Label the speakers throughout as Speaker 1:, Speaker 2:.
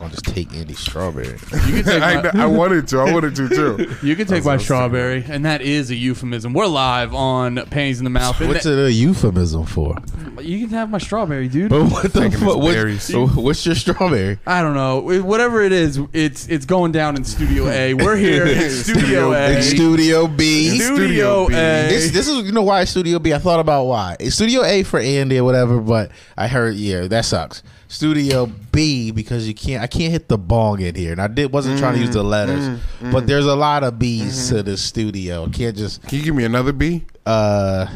Speaker 1: gonna just take Andy's strawberry.
Speaker 2: You can take
Speaker 3: I,
Speaker 2: my,
Speaker 3: I wanted to. I wanted to too.
Speaker 2: you can take
Speaker 3: what I
Speaker 2: my
Speaker 3: was thinking.
Speaker 2: strawberry, and that is a euphemism. We're live on Panties in the Mouth. and
Speaker 1: What's
Speaker 2: that-
Speaker 1: it a euphemism for?
Speaker 2: You can have my strawberry, dude.
Speaker 1: But what the
Speaker 3: Taking his
Speaker 1: fuck?
Speaker 3: berries.
Speaker 1: What, what's your strawberry?
Speaker 2: I don't know. It- Whatever it is, it's it's going down in Studio A. We're here in Studio
Speaker 3: Studio
Speaker 2: A.
Speaker 1: In Studio B.
Speaker 2: Studio,
Speaker 3: Studio B.
Speaker 2: A.
Speaker 1: This, this is you know why Studio B. I thought about why It's Studio A for Andy or whatever, but I heard yeah that sucks. Studio B because you can't I can't hit the bong in here, and I did wasn't trying to use the letters, but there's a lot of B's to the studio. Can't just
Speaker 3: Can you give me another B?
Speaker 1: uh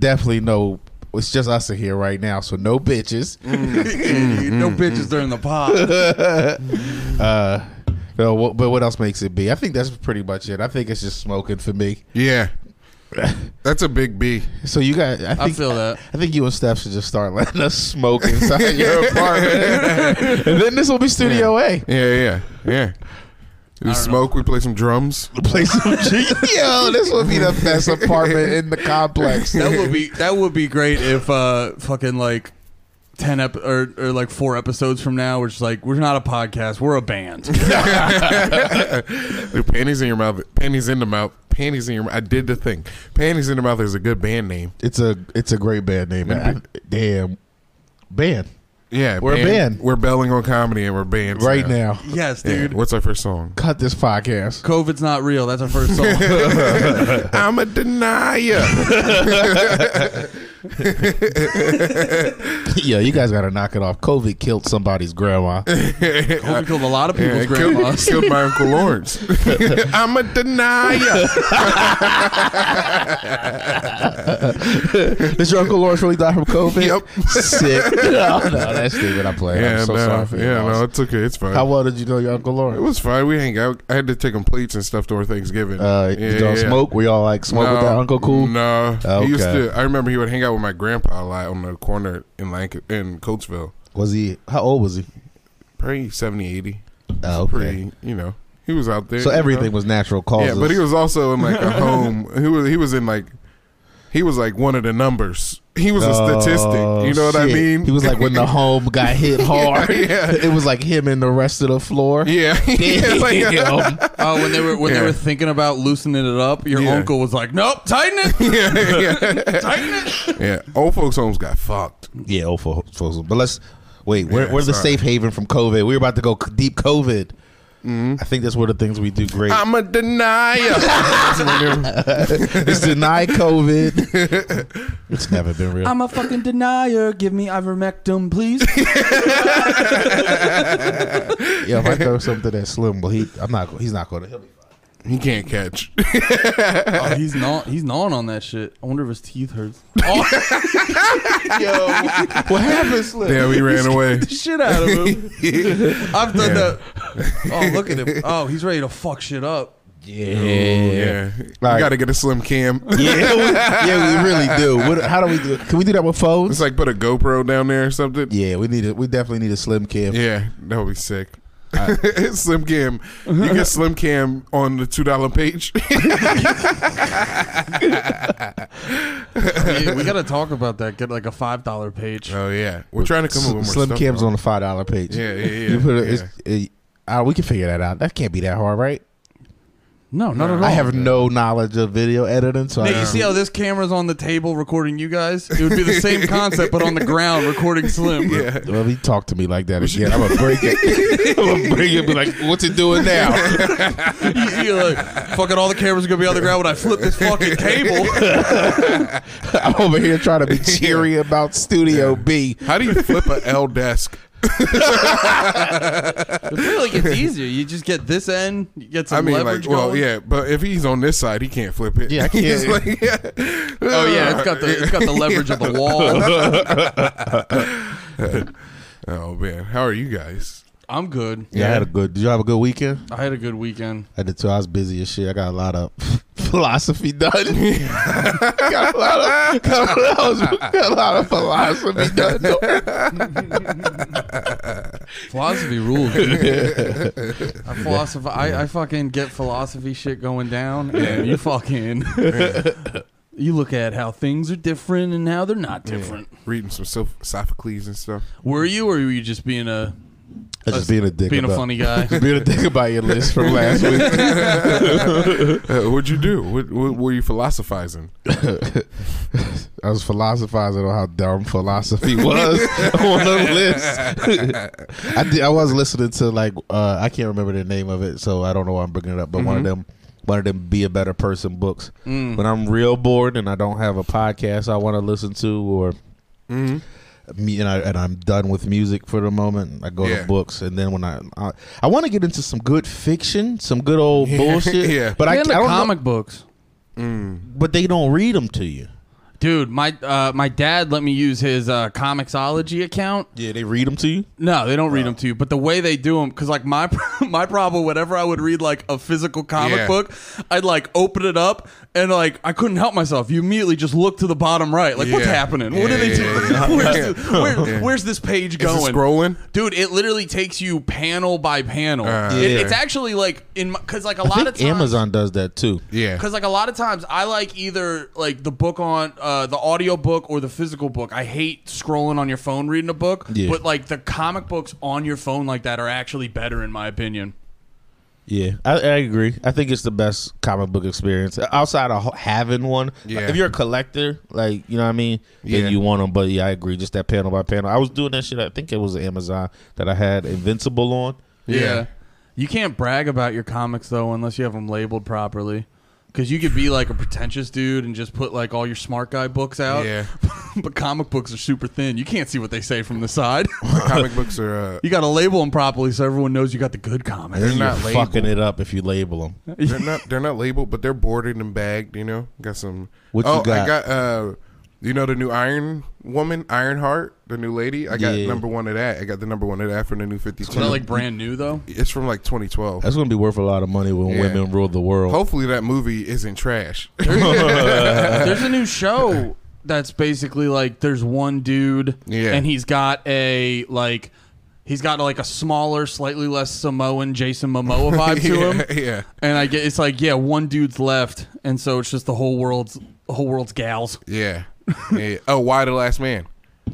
Speaker 1: definitely no. It's just us in here right now, so no bitches.
Speaker 2: no
Speaker 3: Mm-hmm.
Speaker 2: bitches during the pod.
Speaker 1: Uh, no, wha- but what else makes it B? I think that's pretty much it. I think it's just smoking for me.
Speaker 3: Yeah, that's a big B.
Speaker 1: So you got, I think,
Speaker 2: I feel that.
Speaker 1: I think you and Steph should just start letting us smoke inside your apartment, and then this will be Studio A.
Speaker 3: Yeah, yeah, yeah. We smoke. We play some drums.
Speaker 1: Play some G. Yo, this will be the best apartment in the complex.
Speaker 2: That would be that would be great if uh fucking like ten ep- or or like four episodes from now, which like we're not a podcast, we're a band.
Speaker 3: Dude, panties in your mouth. Panties in the mouth. Panties in your. mouth. I did the thing. Panties in the mouth is a good band name.
Speaker 1: It's a, it's a great band name. man. I- damn, band
Speaker 3: Yeah,
Speaker 1: We're a band.
Speaker 3: We're belling on comedy and we're bands
Speaker 1: right now.
Speaker 2: yes,
Speaker 3: Yeah.
Speaker 2: dude.
Speaker 3: What's our first song?
Speaker 1: Cut this podcast.
Speaker 2: COVID's not real. That's our first song.
Speaker 3: I'm a denier.
Speaker 1: Yo, you guys gotta knock it off. COVID killed somebody's grandma.
Speaker 2: Hope we killed a lot of
Speaker 3: Yeah,
Speaker 2: people's
Speaker 3: it killed,
Speaker 2: grandmas.
Speaker 3: killed my Uncle Lawrence. I'm a denier.
Speaker 1: Did your Uncle Lawrence really die from COVID?
Speaker 3: Yep.
Speaker 1: Sick. No, no, that's stupid. I'm playing.
Speaker 3: yeah,
Speaker 1: I'm so
Speaker 3: no,
Speaker 1: sorry for you.
Speaker 3: yeah, no, it's okay. It's fine.
Speaker 1: How well did you know your Uncle
Speaker 3: it
Speaker 1: Lawrence?
Speaker 3: was fine. We hang out. I had to take him plates and stuff over Thanksgiving.
Speaker 1: Uh,
Speaker 3: Yeah,
Speaker 1: you don't
Speaker 3: yeah.
Speaker 1: smoke? We all like smoke with that Uncle Cool?
Speaker 3: No,
Speaker 1: Okay.
Speaker 3: he used to. I remember he would hang out with my grandpa a lot on the corner in Lanc- in Coatesville.
Speaker 1: Was he, how old was he?
Speaker 3: Probably 70, 80.
Speaker 1: Oh, okay.
Speaker 3: Pretty, you know, he was out there.
Speaker 1: So
Speaker 3: you know?
Speaker 1: everything was natural causes.
Speaker 3: Yeah, but he was also in like a home. He was he was in like he was like one of the numbers. He was a statistic. You know what I
Speaker 1: Oh, shit.
Speaker 3: mean?
Speaker 1: He was like when the home got hit hard.
Speaker 3: Yeah.
Speaker 1: It was like him and the rest of the floor.
Speaker 3: yeah. It's like, uh, yeah,
Speaker 1: Damn.
Speaker 2: Oh, when they were when
Speaker 3: Yeah.
Speaker 2: they were thinking about loosening it up, your
Speaker 3: Yeah.
Speaker 2: uncle was like, "Nope, tighten it,
Speaker 3: yeah,
Speaker 2: tighten it."
Speaker 3: yeah. Old folks' homes got fucked.
Speaker 1: Yeah, old fo- folks. But let's wait. We're,
Speaker 3: Yeah,
Speaker 1: we're the
Speaker 3: sorry.
Speaker 1: safe haven from COVID. We were about to go c- deep COVID. I think that's one of the things we do great.
Speaker 3: Mm-hmm. I'm a denier.
Speaker 1: it's deny COVID. it's never been real.
Speaker 2: I'm a fucking denier. Give me ivermectin, please.
Speaker 1: yeah, if I throw something at Slim, but he, I'm not. He's not going to. He'll be fine.
Speaker 3: he can't catch.
Speaker 2: oh, he's not. He's gnawing on that shit. I wonder if his teeth hurt. Oh,
Speaker 1: Yo, what happened, Slim?
Speaker 3: Damn, he ran away.
Speaker 2: shit out of him. I've done
Speaker 3: Yeah.
Speaker 2: that. Oh, look at him. Oh, he's ready to fuck shit up.
Speaker 1: Yeah,
Speaker 3: Yeah, you
Speaker 1: Like-
Speaker 3: got to get a slim cam.
Speaker 1: yeah, we, yeah. We really do. What, how do we do? Can we do that with
Speaker 3: It's
Speaker 1: phones?
Speaker 3: like put a GoPro down there or something.
Speaker 1: Yeah, we need it. We definitely need a Slim Kim.
Speaker 3: Yeah, that would be sick. slim cam, you get slim cam on the two dollar page.
Speaker 2: Hey, we gotta talk about that. Get like a five dollar page.
Speaker 3: oh yeah, we're trying to come up with more
Speaker 1: Slim
Speaker 3: stuff,
Speaker 1: Kim's
Speaker 3: though.
Speaker 1: on the five dollar page.
Speaker 3: Yeah, yeah, yeah.
Speaker 1: You put it,
Speaker 3: yeah.
Speaker 1: it's, it, uh, we can figure that out. That can't be that hard, right?
Speaker 2: No, not at all.
Speaker 1: I have no knowledge of video editing, so
Speaker 2: Nate,
Speaker 1: I
Speaker 2: you see how this camera's on the table recording you guys? It would be the same concept, but on the ground recording Slim.
Speaker 3: yeah.
Speaker 1: well, he talked to me like that again. I'm gonna break it. I'm gonna break it. and Be like, what's it doing now?
Speaker 2: You- You're like, fucking all the cameras are gonna be on the ground when I flip this fucking cable.
Speaker 1: I'm over here trying to be cheery about Studio B.
Speaker 3: How do you flip a L desk?
Speaker 2: I feel like it's easier. You just get this end, you get some
Speaker 3: I mean, like,
Speaker 2: leverage
Speaker 3: well,
Speaker 2: going.
Speaker 3: yeah, but if he's on this side, he can't flip it.
Speaker 1: Yeah, I can't.
Speaker 3: He's like, yeah.
Speaker 2: Oh yeah, it's got the it's got the leverage of the wall.
Speaker 3: Oh man, how are you guys?
Speaker 2: I'm good.
Speaker 1: Yeah, I had a good. Did you have a good weekend?
Speaker 2: I had a good weekend.
Speaker 1: I did too. I was busy as shit. I got a lot of philosophy done. got a lot of got a lot of, got a lot of philosophy done.
Speaker 2: Philosophy rules. dude. I philosoph- I, I fucking get philosophy shit going down, and you fucking you look at how things are different and how they're not different.
Speaker 3: Reading some Soph- Sophocles and stuff.
Speaker 2: Were you, or were you just being a
Speaker 1: That's just being a dick.
Speaker 2: being a
Speaker 1: about,
Speaker 2: funny guy.
Speaker 1: Just being a dick about your list from last week.
Speaker 3: Uh, what'd you do? What, what were you philosophizing?
Speaker 1: I was philosophizing on how dumb philosophy was on the list. I did, I was listening to like uh, I can't remember the name of it, so I don't know why I'm bringing it up. But one of
Speaker 3: Mm-hmm.
Speaker 1: them, one of them, be a better person books.
Speaker 3: Mm.
Speaker 1: When I'm real bored and I don't have a podcast I want to listen to, or
Speaker 3: Mm-hmm.
Speaker 1: me and I and I'm done with music for the moment, I go
Speaker 3: Yeah.
Speaker 1: to books, and then when I I, I want to get into some good fiction, some good old bullshit.
Speaker 3: Yeah.
Speaker 1: but I, I
Speaker 2: and the
Speaker 1: don't. know-
Speaker 2: comic books.
Speaker 1: but they don't read them to you.
Speaker 2: Dude, my uh, my dad let me use his uh, Comixology account.
Speaker 1: Yeah, they read them to you.
Speaker 2: No, they don't read them to you, but the way they do them, because like my my problem, whenever I would read like a physical comic
Speaker 3: Yeah.
Speaker 2: book, I'd like open it up and like I couldn't help myself. You immediately just look to the bottom right, like what's
Speaker 3: Yeah.
Speaker 2: happening? what are they
Speaker 3: Yeah, yeah,
Speaker 2: doing?
Speaker 3: yeah.
Speaker 2: where's,
Speaker 3: Yeah.
Speaker 2: the- where-
Speaker 3: Yeah.
Speaker 2: where's this page
Speaker 3: Is it
Speaker 2: going?
Speaker 3: scrolling?
Speaker 2: Dude, it literally takes you panel by panel.
Speaker 3: Uh,
Speaker 2: It-
Speaker 1: Yeah.
Speaker 2: It's actually like in because like a
Speaker 1: I
Speaker 2: lot
Speaker 1: think
Speaker 2: of times
Speaker 1: Amazon does that too.
Speaker 3: Yeah.
Speaker 2: because like a lot of times I like either like the book on uh, the audio book or the physical book. I hate scrolling on your phone reading a book,
Speaker 1: Yeah.
Speaker 2: but like the comic books on your phone like that are actually better in my opinion.
Speaker 1: Yeah, I, I agree. I think it's the best comic book experience outside of h- having one.
Speaker 3: Yeah.
Speaker 1: If you're a collector, like you know what I mean,
Speaker 3: Yeah.
Speaker 1: then you want them. But yeah, I agree. Just that panel by panel. I was doing that shit. I think it was Amazon that I had Invincible on.
Speaker 3: Yeah.
Speaker 2: you can't brag about your comics though unless you have them labeled properly. Because you could be like a pretentious dude and just put like all your smart guy books out.
Speaker 3: Yeah.
Speaker 2: but comic books are super thin. You can't see what they say from the side.
Speaker 3: Comic books are. Uh,
Speaker 2: you got to label them properly so everyone knows you got the good comics.
Speaker 1: And
Speaker 3: They're
Speaker 1: then you're
Speaker 3: not labeled.
Speaker 1: fucking it up if you label them.
Speaker 3: they're not. They're not labeled, but they're boarded and bagged. You know, got some.
Speaker 1: What
Speaker 3: oh,
Speaker 1: you got?
Speaker 3: I got. Uh, you know the new Iron Woman, Ironheart, the new lady. I got
Speaker 1: Yeah.
Speaker 3: number one of that. I got the number one of that from the new Fifty
Speaker 2: Is that
Speaker 3: Two.
Speaker 2: like brand new though?
Speaker 3: it's from like 2012.
Speaker 1: That's gonna be worth a lot of money when
Speaker 3: Yeah.
Speaker 1: women rule the world.
Speaker 3: Hopefully that movie isn't trash.
Speaker 2: there's a new show that's basically like there's one dude
Speaker 3: Yeah.
Speaker 2: and he's got a like he's got like a smaller slightly less samoan jason momoa vibe to him
Speaker 3: yeah, yeah.
Speaker 2: and i get it's like yeah one dude's left and so it's just the whole world's whole world's gals
Speaker 3: Yeah. yeah. Oh, Why the Last Man?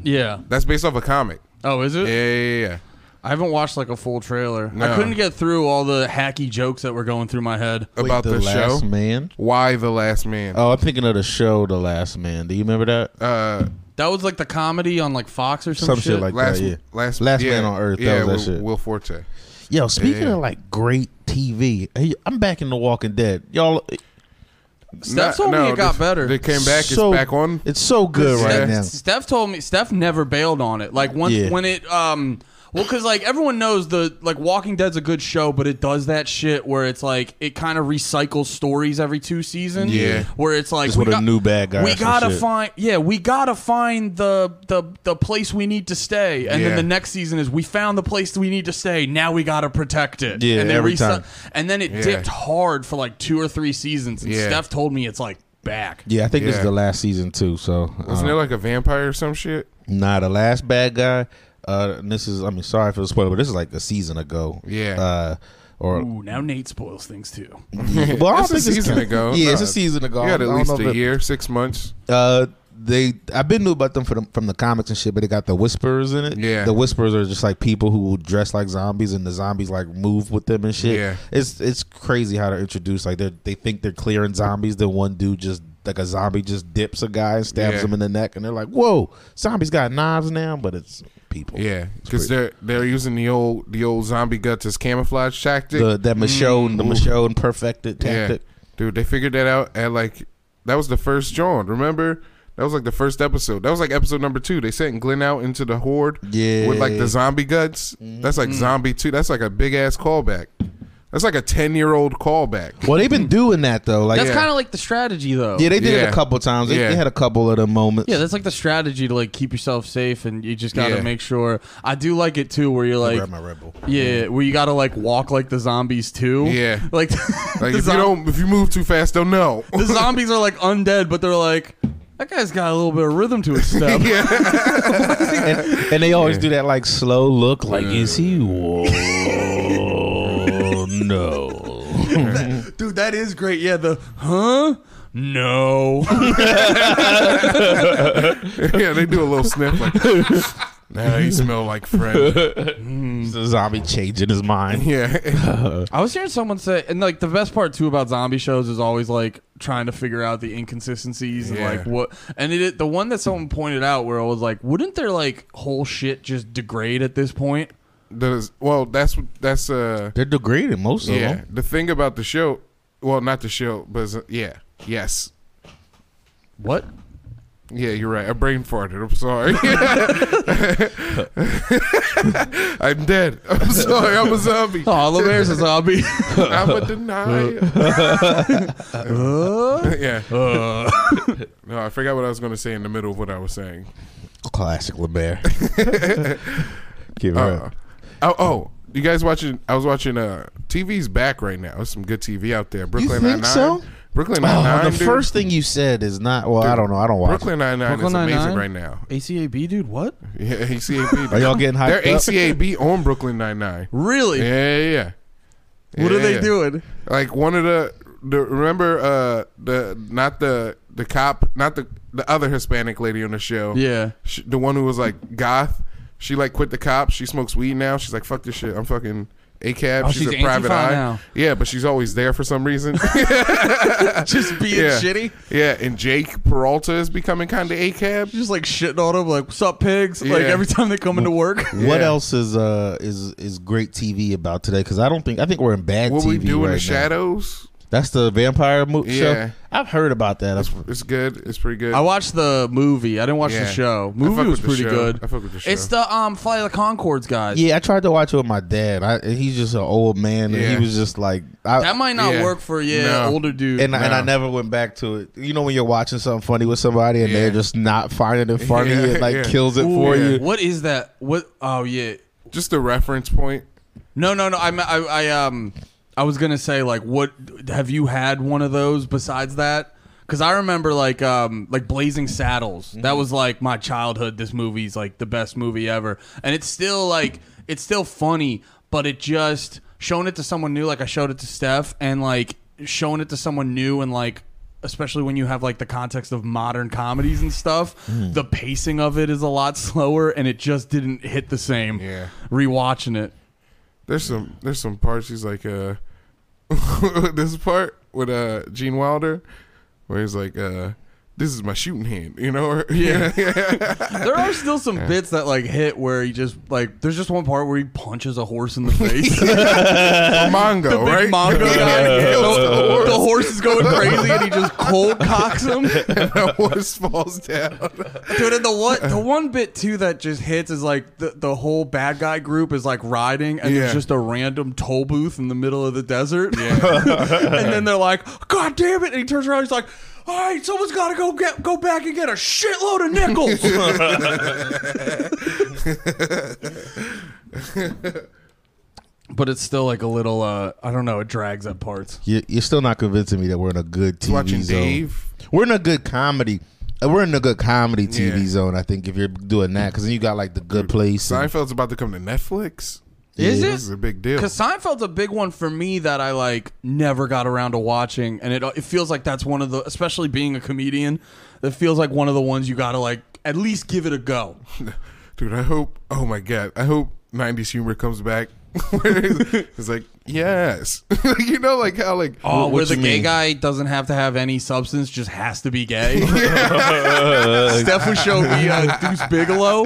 Speaker 2: yeah
Speaker 3: That's based off a comic.
Speaker 2: oh is it
Speaker 3: Yeah, yeah, yeah.
Speaker 2: i haven't watched like a full trailer i
Speaker 3: No.
Speaker 2: couldn't get through all the hacky jokes that were going through my head
Speaker 1: Wait,
Speaker 3: About the, show.
Speaker 1: last man.
Speaker 3: Why the Last Man?
Speaker 1: Oh, I'm thinking of the show, The Last Man. Do you remember that?
Speaker 3: Uh,
Speaker 2: that was like the comedy on like fox or some,
Speaker 1: Some shit like-
Speaker 3: last,
Speaker 1: yeah.
Speaker 3: last,
Speaker 1: Last
Speaker 3: yeah,
Speaker 1: Man on Earth, that
Speaker 3: Yeah,
Speaker 1: was that
Speaker 3: Will,
Speaker 1: shit.
Speaker 3: Will Forte.
Speaker 1: Yo, speaking
Speaker 3: Yeah.
Speaker 1: of like great TV, hey, I'm back in The Walking Dead. Y'all,
Speaker 2: Steph
Speaker 3: Not-
Speaker 2: told me it got
Speaker 3: they-
Speaker 2: better.
Speaker 3: They came back.
Speaker 1: So-
Speaker 3: it's back on.
Speaker 1: it's so good
Speaker 3: Yeah.
Speaker 1: right
Speaker 2: Steph,
Speaker 1: now.
Speaker 2: Steph told me Steph never bailed on it. Like once
Speaker 1: Yeah.
Speaker 2: when it um well cuz like everyone knows the like Walking Dead's a good show but it does that shit where it's like it kind of recycles stories every two seasons.
Speaker 3: Yeah.
Speaker 2: Where it's like
Speaker 1: Just with a new bad guy or
Speaker 2: We
Speaker 1: some
Speaker 2: got to
Speaker 1: shit.
Speaker 2: find yeah, we got to find the the the place we need to stay. And then
Speaker 3: Yeah.
Speaker 2: the next season is we found the place we need to stay. Now we got to protect it.
Speaker 1: Yeah,
Speaker 2: and they
Speaker 1: every
Speaker 2: recy-
Speaker 1: time.
Speaker 2: And then it
Speaker 3: Yeah.
Speaker 2: dipped hard for like 2 or 3 seasons and
Speaker 3: Yeah.
Speaker 2: Steph told me it's like back.
Speaker 1: Yeah, I think this is
Speaker 3: Yeah.
Speaker 1: the last season too. So
Speaker 3: Wasn't
Speaker 1: uh,
Speaker 3: there like a vampire or some shit?
Speaker 1: nah, the last bad guy. Uh, and this is I mean, sorry for the spoiler, but this is like a season ago.
Speaker 3: Yeah.
Speaker 1: Uh, or
Speaker 2: Ooh, now Nate spoils things too.
Speaker 1: well, I don't
Speaker 3: It's a
Speaker 1: think this
Speaker 3: season
Speaker 1: count-
Speaker 3: ago.
Speaker 1: Yeah, it's
Speaker 3: No,
Speaker 1: a season ago.
Speaker 3: You had
Speaker 1: I
Speaker 3: at
Speaker 1: don't
Speaker 3: least
Speaker 1: know if
Speaker 3: a
Speaker 1: it-
Speaker 3: year, six months.
Speaker 1: Uh, they I've been new about them from from the comics and shit, but they got the whisperers in it.
Speaker 3: Yeah.
Speaker 1: the whisperers are just like people who dress like zombies, and the zombies like move with them and shit.
Speaker 3: Yeah.
Speaker 1: it's it's crazy how they're introduced. Like they they think they're clearing zombies, then one dude just like a zombie just dips a guy and stabs
Speaker 3: Yeah.
Speaker 1: him in the neck, and they're like, "Whoa, zombies got knives now!" But it's people.
Speaker 3: Yeah,
Speaker 1: pretty-
Speaker 3: because they're they're using the old the old zombie guts as camouflage tactic.
Speaker 1: the that Michonne, the Michonne perfected
Speaker 3: Mm. yeah,
Speaker 1: tactic.
Speaker 3: dude, they figured that out at like that was the first John. Remember. That was like the first episode. That was like episode number two. They sent Glenn out into the horde
Speaker 1: Yeah.
Speaker 3: with like the zombie guts. That's like zombie two. That's like a big ass callback. That's like a ten year old callback.
Speaker 1: Well, they've been doing that though. Like,
Speaker 2: That's
Speaker 1: yeah,
Speaker 3: Yeah.
Speaker 2: kind of like the strategy, though.
Speaker 1: they did it
Speaker 3: Yeah.
Speaker 1: a couple times. They, they
Speaker 3: Yeah.
Speaker 1: had a couple of the moments.
Speaker 2: Yeah, that's like the strategy to like keep yourself safe, and you just gotta
Speaker 3: Yeah.
Speaker 2: make sure. I do like it too, where you're like,
Speaker 1: grab my Red Bull.
Speaker 2: yeah, where you gotta like walk like the zombies too.
Speaker 3: Yeah.
Speaker 2: like,
Speaker 3: Like
Speaker 2: the,
Speaker 3: if
Speaker 2: zom-
Speaker 3: you don't, if you move too fast, they'll know.
Speaker 2: the zombies are like undead, but they're like, that guy's got a little bit of rhythm to his step.
Speaker 3: yeah,
Speaker 1: and, and they always do that like slow look, like is
Speaker 3: Mm.
Speaker 1: he? Whoa, no.
Speaker 2: Dude, that is great. Yeah, the huh? No,
Speaker 3: yeah, they do a little sniff. Like, Now you smell like Fred.
Speaker 1: It's a zombie changing his mind.
Speaker 3: yeah.
Speaker 2: I was hearing someone say, and like the best part too about zombie shows is always like trying to figure out the inconsistencies and
Speaker 3: Yeah.
Speaker 2: like what. And it, the one that someone pointed out where I was like, wouldn't their like whole shit just degrade at this point?
Speaker 3: That is, well, that's that's uh
Speaker 1: They're degraded most of
Speaker 3: yeah.
Speaker 1: them.
Speaker 3: The thing about the show, well, not the show, but yeah, yes.
Speaker 2: What?
Speaker 3: Yeah, you're right. I brain farted. I'm sorry. I'm dead. I'm sorry. I'm a zombie.
Speaker 2: Oh, Oliver's a zombie.
Speaker 3: I'm a denier.
Speaker 2: Uh,
Speaker 3: yeah.
Speaker 1: Uh.
Speaker 3: no, I forgot what I was going to say in the middle of what I was saying.
Speaker 1: Classic LeBaire. Give her
Speaker 3: Uh,
Speaker 1: up.
Speaker 3: oh, oh, you guys watching? I was watching. Uh, TV's back right now. There's some good TV out there. Brooklyn
Speaker 1: think
Speaker 3: Nine-Nine.
Speaker 1: so?
Speaker 3: Brooklyn Nine
Speaker 1: Oh,
Speaker 3: Nine.
Speaker 1: the first thing you said is not. Well, I don't know. I don't watch.
Speaker 3: Brooklyn Nine Nine is
Speaker 2: Brooklyn
Speaker 3: amazing
Speaker 2: Nine-Nine?
Speaker 3: right now.
Speaker 2: ACAB, dude, what?
Speaker 3: Yeah,
Speaker 1: it. Are
Speaker 3: ACAB.
Speaker 1: y'all getting
Speaker 3: They're
Speaker 1: hyped up?
Speaker 3: ACAB on Brooklyn Nine Nine.
Speaker 2: Really?
Speaker 3: Yeah, yeah. yeah.
Speaker 2: What are they
Speaker 3: Yeah.
Speaker 2: doing?
Speaker 3: Like one of the, the remember uh the not the the cop not the the other Hispanic lady on the show.
Speaker 2: Yeah.
Speaker 3: She, the one who was like goth. She like quit the cops. She smokes weed now. She's like, fuck this shit. I'm fucking a cab.
Speaker 2: Oh,
Speaker 3: she's,
Speaker 2: she's
Speaker 3: a private
Speaker 2: Antifa
Speaker 3: eye.
Speaker 2: now.
Speaker 3: Yeah, but she's always there for some reason.
Speaker 2: Just being
Speaker 3: Yeah.
Speaker 2: shitty.
Speaker 3: yeah, and Jake Peralta is becoming kind of a cab.
Speaker 2: Just like shitting on them, like "What's up, pigs?" Like
Speaker 3: Yeah.
Speaker 2: every time they come into work.
Speaker 1: What
Speaker 3: Yeah.
Speaker 1: else is uh is is great TV about today? Because I don't think I think we're in bad
Speaker 3: What
Speaker 1: TV
Speaker 3: we do
Speaker 1: right
Speaker 3: in
Speaker 1: now.
Speaker 3: the shadows?
Speaker 1: That's the vampire mo-
Speaker 3: Yeah.
Speaker 1: show. I've heard about that. That's,
Speaker 3: It's good. It's pretty good.
Speaker 2: I watched the movie. I didn't watch the
Speaker 3: Yeah.
Speaker 2: show.
Speaker 3: I fuck
Speaker 2: Movie was
Speaker 3: with the
Speaker 2: pretty
Speaker 3: show.
Speaker 2: good.
Speaker 3: I fuck with the show.
Speaker 2: It's the um Flight of the Concords guys.
Speaker 1: yeah, I tried to watch it with my dad. I, and he's just an old man, and
Speaker 3: Yeah.
Speaker 1: he was just like, I,
Speaker 2: That might not
Speaker 3: Uh, Yeah.
Speaker 2: work for yeah
Speaker 3: No.
Speaker 2: older dude.
Speaker 1: and, I, and I
Speaker 3: No.
Speaker 1: never went back to it. You know when you're watching something funny with somebody and
Speaker 3: Yeah.
Speaker 1: they're just not finding it funny,
Speaker 3: Yeah,
Speaker 1: it like
Speaker 3: yeah.
Speaker 1: kills it
Speaker 2: Ooh,
Speaker 1: for
Speaker 3: yeah.
Speaker 1: you.
Speaker 2: What is that? What? Oh yeah.
Speaker 3: Just a reference point.
Speaker 2: No, no, no. I, I, I um, I was gonna say like, what have you had one of those besides that? Because I remember like um, like Blazing Saddles. That was like my childhood. This movie's like the best movie ever, and it's still like it's still funny, but it just showing it to someone new. Like I showed it to Steph, and like showing it to someone new, and like especially when you have like the context of modern comedies and stuff the pacing of it is a lot slower and it just didn't hit the same
Speaker 3: Yeah.
Speaker 2: rewatching it
Speaker 3: There's some there's some parts he's like uh this part with uh Gene Wilder where he's like uh this is my shooting hand, you know? Or, yeah.
Speaker 2: There are still some bits that like hit where he just like there's just one part where he punches a horse in the face. the
Speaker 3: Mongo,
Speaker 2: big
Speaker 3: right?
Speaker 2: manga
Speaker 3: Yeah.
Speaker 2: guy.
Speaker 3: Kills
Speaker 2: the,
Speaker 3: the horse.
Speaker 2: the horse is going crazy and he just cold cocks him.
Speaker 3: and the horse falls down.
Speaker 2: Dude, and the one the one bit too that just hits is like the, the whole bad guy group is like riding and
Speaker 3: Yeah.
Speaker 2: there's just a random toll booth in the middle of the desert. and then they're like, God damn it, and he turns around, he's like all right, someone's got to go get go back and get a shitload of nickels. but it's still like a little uh i don't know it drags at parts
Speaker 1: You- You're still not convincing me that we're in a good TV
Speaker 3: Watching
Speaker 1: zone.
Speaker 3: Dave.
Speaker 1: We're in a good comedy. uh, We're in a good comedy TV
Speaker 3: Yeah.
Speaker 1: zone. I think if you're doing that, because then you got like the good place. and-
Speaker 3: Seinfeld's about to come to Netflix.
Speaker 2: Is it?
Speaker 3: This is a big deal.
Speaker 2: because seinfeld's a big one for me that i like never got around to watching and it, it feels like that's one of the especially being a comedian it feels like one of the ones you gotta like at least give it a go
Speaker 3: Dude, I hope. Oh my god, I hope '90s humor comes back. it's like yes, you know, like how like
Speaker 2: oh where
Speaker 1: what
Speaker 2: the
Speaker 1: you
Speaker 2: gay
Speaker 1: mean?
Speaker 2: guy doesn't have to have any substance just has to be gay steph would show me uh, deuce bigelow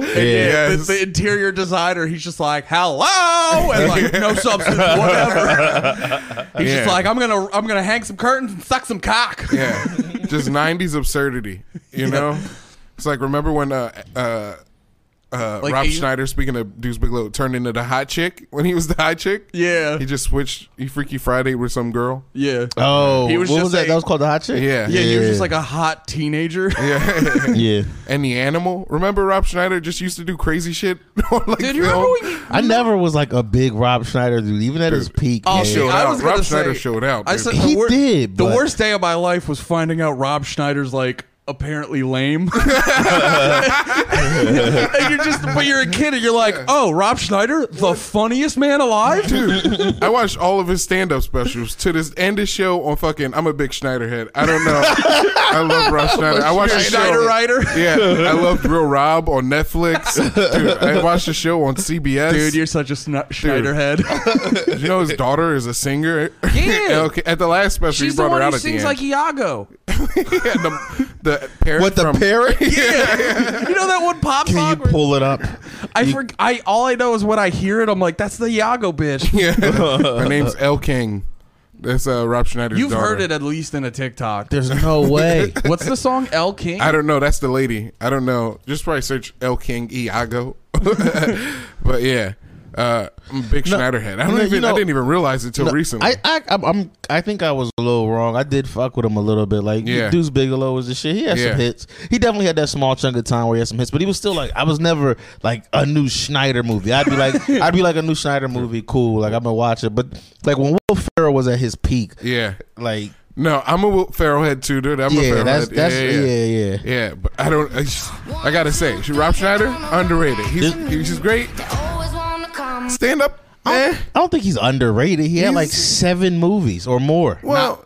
Speaker 2: and
Speaker 1: Yeah.
Speaker 2: the, the interior designer he's just like hello and like no substance whatever he's
Speaker 3: Yeah.
Speaker 2: just like i'm gonna i'm gonna hang some curtains and suck some cock
Speaker 3: yeah, just '90s absurdity. You know, it's like remember when uh uh. Uh,
Speaker 2: Like
Speaker 3: Rob
Speaker 2: Asian-
Speaker 3: Schneider, speaking of Deuce Bigelow, turned into the hot chick when he was the hot chick.
Speaker 2: Yeah.
Speaker 3: he just switched. He Freaky Friday with some girl.
Speaker 2: Yeah.
Speaker 1: oh,
Speaker 2: He was
Speaker 1: what
Speaker 2: just
Speaker 1: was that?
Speaker 2: a-
Speaker 1: That was called the hot chick.
Speaker 3: Yeah.
Speaker 2: yeah, you were just like a hot teenager.
Speaker 3: Yeah,
Speaker 1: yeah.
Speaker 3: and the animal. Remember Rob Schneider just used to do crazy shit. on, like,
Speaker 2: Dude, you
Speaker 3: film?
Speaker 2: remember when you,
Speaker 1: I never was like a big Rob Schneider dude, even at his peak.
Speaker 2: Oh,
Speaker 1: man.
Speaker 2: shit.
Speaker 3: showed
Speaker 2: I
Speaker 3: out.
Speaker 2: was gonna
Speaker 3: Rob Schneider
Speaker 2: say-
Speaker 3: showed out.
Speaker 2: I
Speaker 3: dude.
Speaker 2: said
Speaker 1: He
Speaker 2: the wor-
Speaker 1: did,
Speaker 2: The
Speaker 1: but-
Speaker 2: worst day of my life was finding out Rob Schneider's like apparently lame. and you're just, but you're a kid, and you're like, oh, Rob Schneider, the funniest man alive.
Speaker 3: Dude, I watched all of his stand-up specials to this and his show on fucking. I'm a big Schneider head. I don't know. I love Rob Schneider. I watched his
Speaker 2: Schneider
Speaker 3: show.
Speaker 2: writer.
Speaker 3: Yeah, I loved Real Rob on Netflix. Dude, I watched the show on CBS.
Speaker 2: Dude, you're such a sn- Schneider head.
Speaker 3: Did you know his daughter is a singer.
Speaker 2: Yeah.
Speaker 3: okay. At the last special,
Speaker 2: She's
Speaker 3: he
Speaker 2: the
Speaker 3: brought
Speaker 2: one
Speaker 3: her
Speaker 2: who
Speaker 3: out at the
Speaker 2: sings
Speaker 3: end.
Speaker 2: like Iago.
Speaker 3: yeah, the, the parent
Speaker 1: What the
Speaker 3: from-
Speaker 1: parrot?
Speaker 2: You know that one pop
Speaker 1: Can
Speaker 2: song?
Speaker 1: you
Speaker 2: where-
Speaker 1: pull it up?
Speaker 2: I, for, I all I know is when I hear it, I'm like, that's the Iago bitch.
Speaker 3: Yeah. Her name's El King. That's uh, Rob Schneider's
Speaker 2: You've
Speaker 3: daughter.
Speaker 2: heard it at least in a TikTok.
Speaker 1: There's no way.
Speaker 2: What's the song? L King.
Speaker 3: I don't know. That's the lady. I don't know. Just probably search El King Iago. but yeah, uh, I'm a big Schneider head. I don't
Speaker 1: no, you
Speaker 3: even. I
Speaker 1: know-
Speaker 3: didn't even realize it till recently.
Speaker 1: I, I I'm- I'm I think I was a little wrong. I did fuck with him a little bit. Like
Speaker 3: Yeah.
Speaker 1: Deuce Bigelow was the shit. He had
Speaker 3: Yeah.
Speaker 1: some hits. He definitely had that small chunk of time where he had some hits, but he was still like I was never like a new Schneider movie. I'd be like I'd be like a new Schneider movie, cool. Like I'm gonna watch it. But like when Will Ferrell was at his peak,
Speaker 3: yeah.
Speaker 1: like
Speaker 3: No, I'm a Will Ferrell head too, dude. I'm
Speaker 1: yeah,
Speaker 3: a Ferrell
Speaker 1: that's
Speaker 3: head.
Speaker 1: that's yeah, yeah.
Speaker 3: Yeah, but I don't. I, just- I gotta say, she- Rob Schneider underrated. He's
Speaker 1: This-
Speaker 3: he's great.
Speaker 4: always wanna come.
Speaker 3: Stand up. Eh.
Speaker 1: I don't think he's underrated. He had
Speaker 3: He's-
Speaker 1: like seven movies or more.
Speaker 3: Well,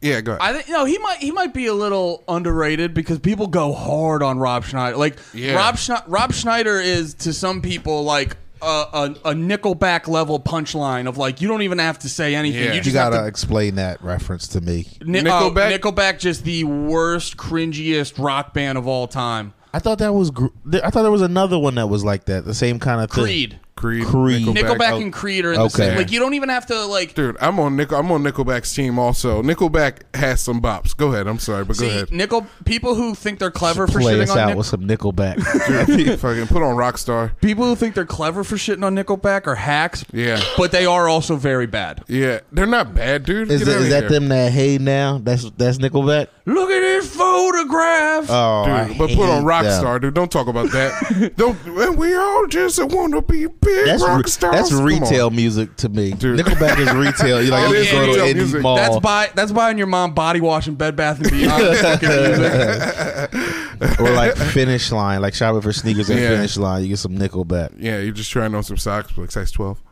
Speaker 3: yeah, go ahead.
Speaker 2: I think no, he might he might be a little underrated because people go hard on Rob Schneider. Like
Speaker 3: Yeah.
Speaker 2: Rob Schne- Rob Schneider is to some people like a, a, a Nickelback level punchline of like you don't even have to say anything.
Speaker 3: Yeah.
Speaker 2: You
Speaker 1: You
Speaker 2: just
Speaker 1: gotta
Speaker 2: have to
Speaker 1: explain that reference to me.
Speaker 2: Ni- oh,
Speaker 3: Nickelback?
Speaker 2: Nickelback just the worst, cringiest rock band of all time.
Speaker 1: I thought that was gr- I thought there was another one that was like that, the same kind of thing.
Speaker 2: Creed.
Speaker 3: Creed,
Speaker 1: Creed.
Speaker 2: Nickelback
Speaker 3: Oh,
Speaker 2: and Creed are in the
Speaker 1: Okay.
Speaker 2: same. Like you don't even have to like.
Speaker 3: dude, I'm on Nickel. I'm on Nickelback's team also. Nickelback has some bops. Go ahead. I'm sorry, but go
Speaker 2: See,
Speaker 3: ahead.
Speaker 2: Nickel people who think they're clever for
Speaker 1: play
Speaker 2: shitting
Speaker 1: us
Speaker 2: on
Speaker 1: out
Speaker 2: Nickel-
Speaker 1: with some Nickelback.
Speaker 3: Fucking put on Rockstar.
Speaker 2: people who think they're clever for shitting on Nickelback are hacks.
Speaker 3: Yeah.
Speaker 2: but they are also very bad.
Speaker 3: Yeah, they're not bad, dude.
Speaker 1: Is,
Speaker 3: Get
Speaker 1: that
Speaker 3: outta
Speaker 1: is
Speaker 3: here.
Speaker 1: that them that hey now? That's that's Nickelback.
Speaker 2: Look at this photograph.
Speaker 1: Oh, I
Speaker 3: Dude, but put on
Speaker 1: hate
Speaker 3: Rockstar, dude. Don't talk about that. don't. And we all just want to be big
Speaker 1: That's re-
Speaker 3: rock stars.
Speaker 1: that's
Speaker 3: Come on.
Speaker 1: retail music to me.
Speaker 3: Dude.
Speaker 1: Nickelback is retail. You like
Speaker 2: Oh,
Speaker 1: you
Speaker 2: yeah,
Speaker 1: go to
Speaker 2: retail
Speaker 1: any
Speaker 3: music.
Speaker 1: mall.
Speaker 2: That's buy that's buying your mom body wash and Bed Bath and Beyond fucking music.
Speaker 1: or like Finish Line, like shopping for sneakers at
Speaker 3: Yeah.
Speaker 1: Finish Line. You get some Nickelback.
Speaker 3: Yeah, you're just trying on some socks, like size twelve.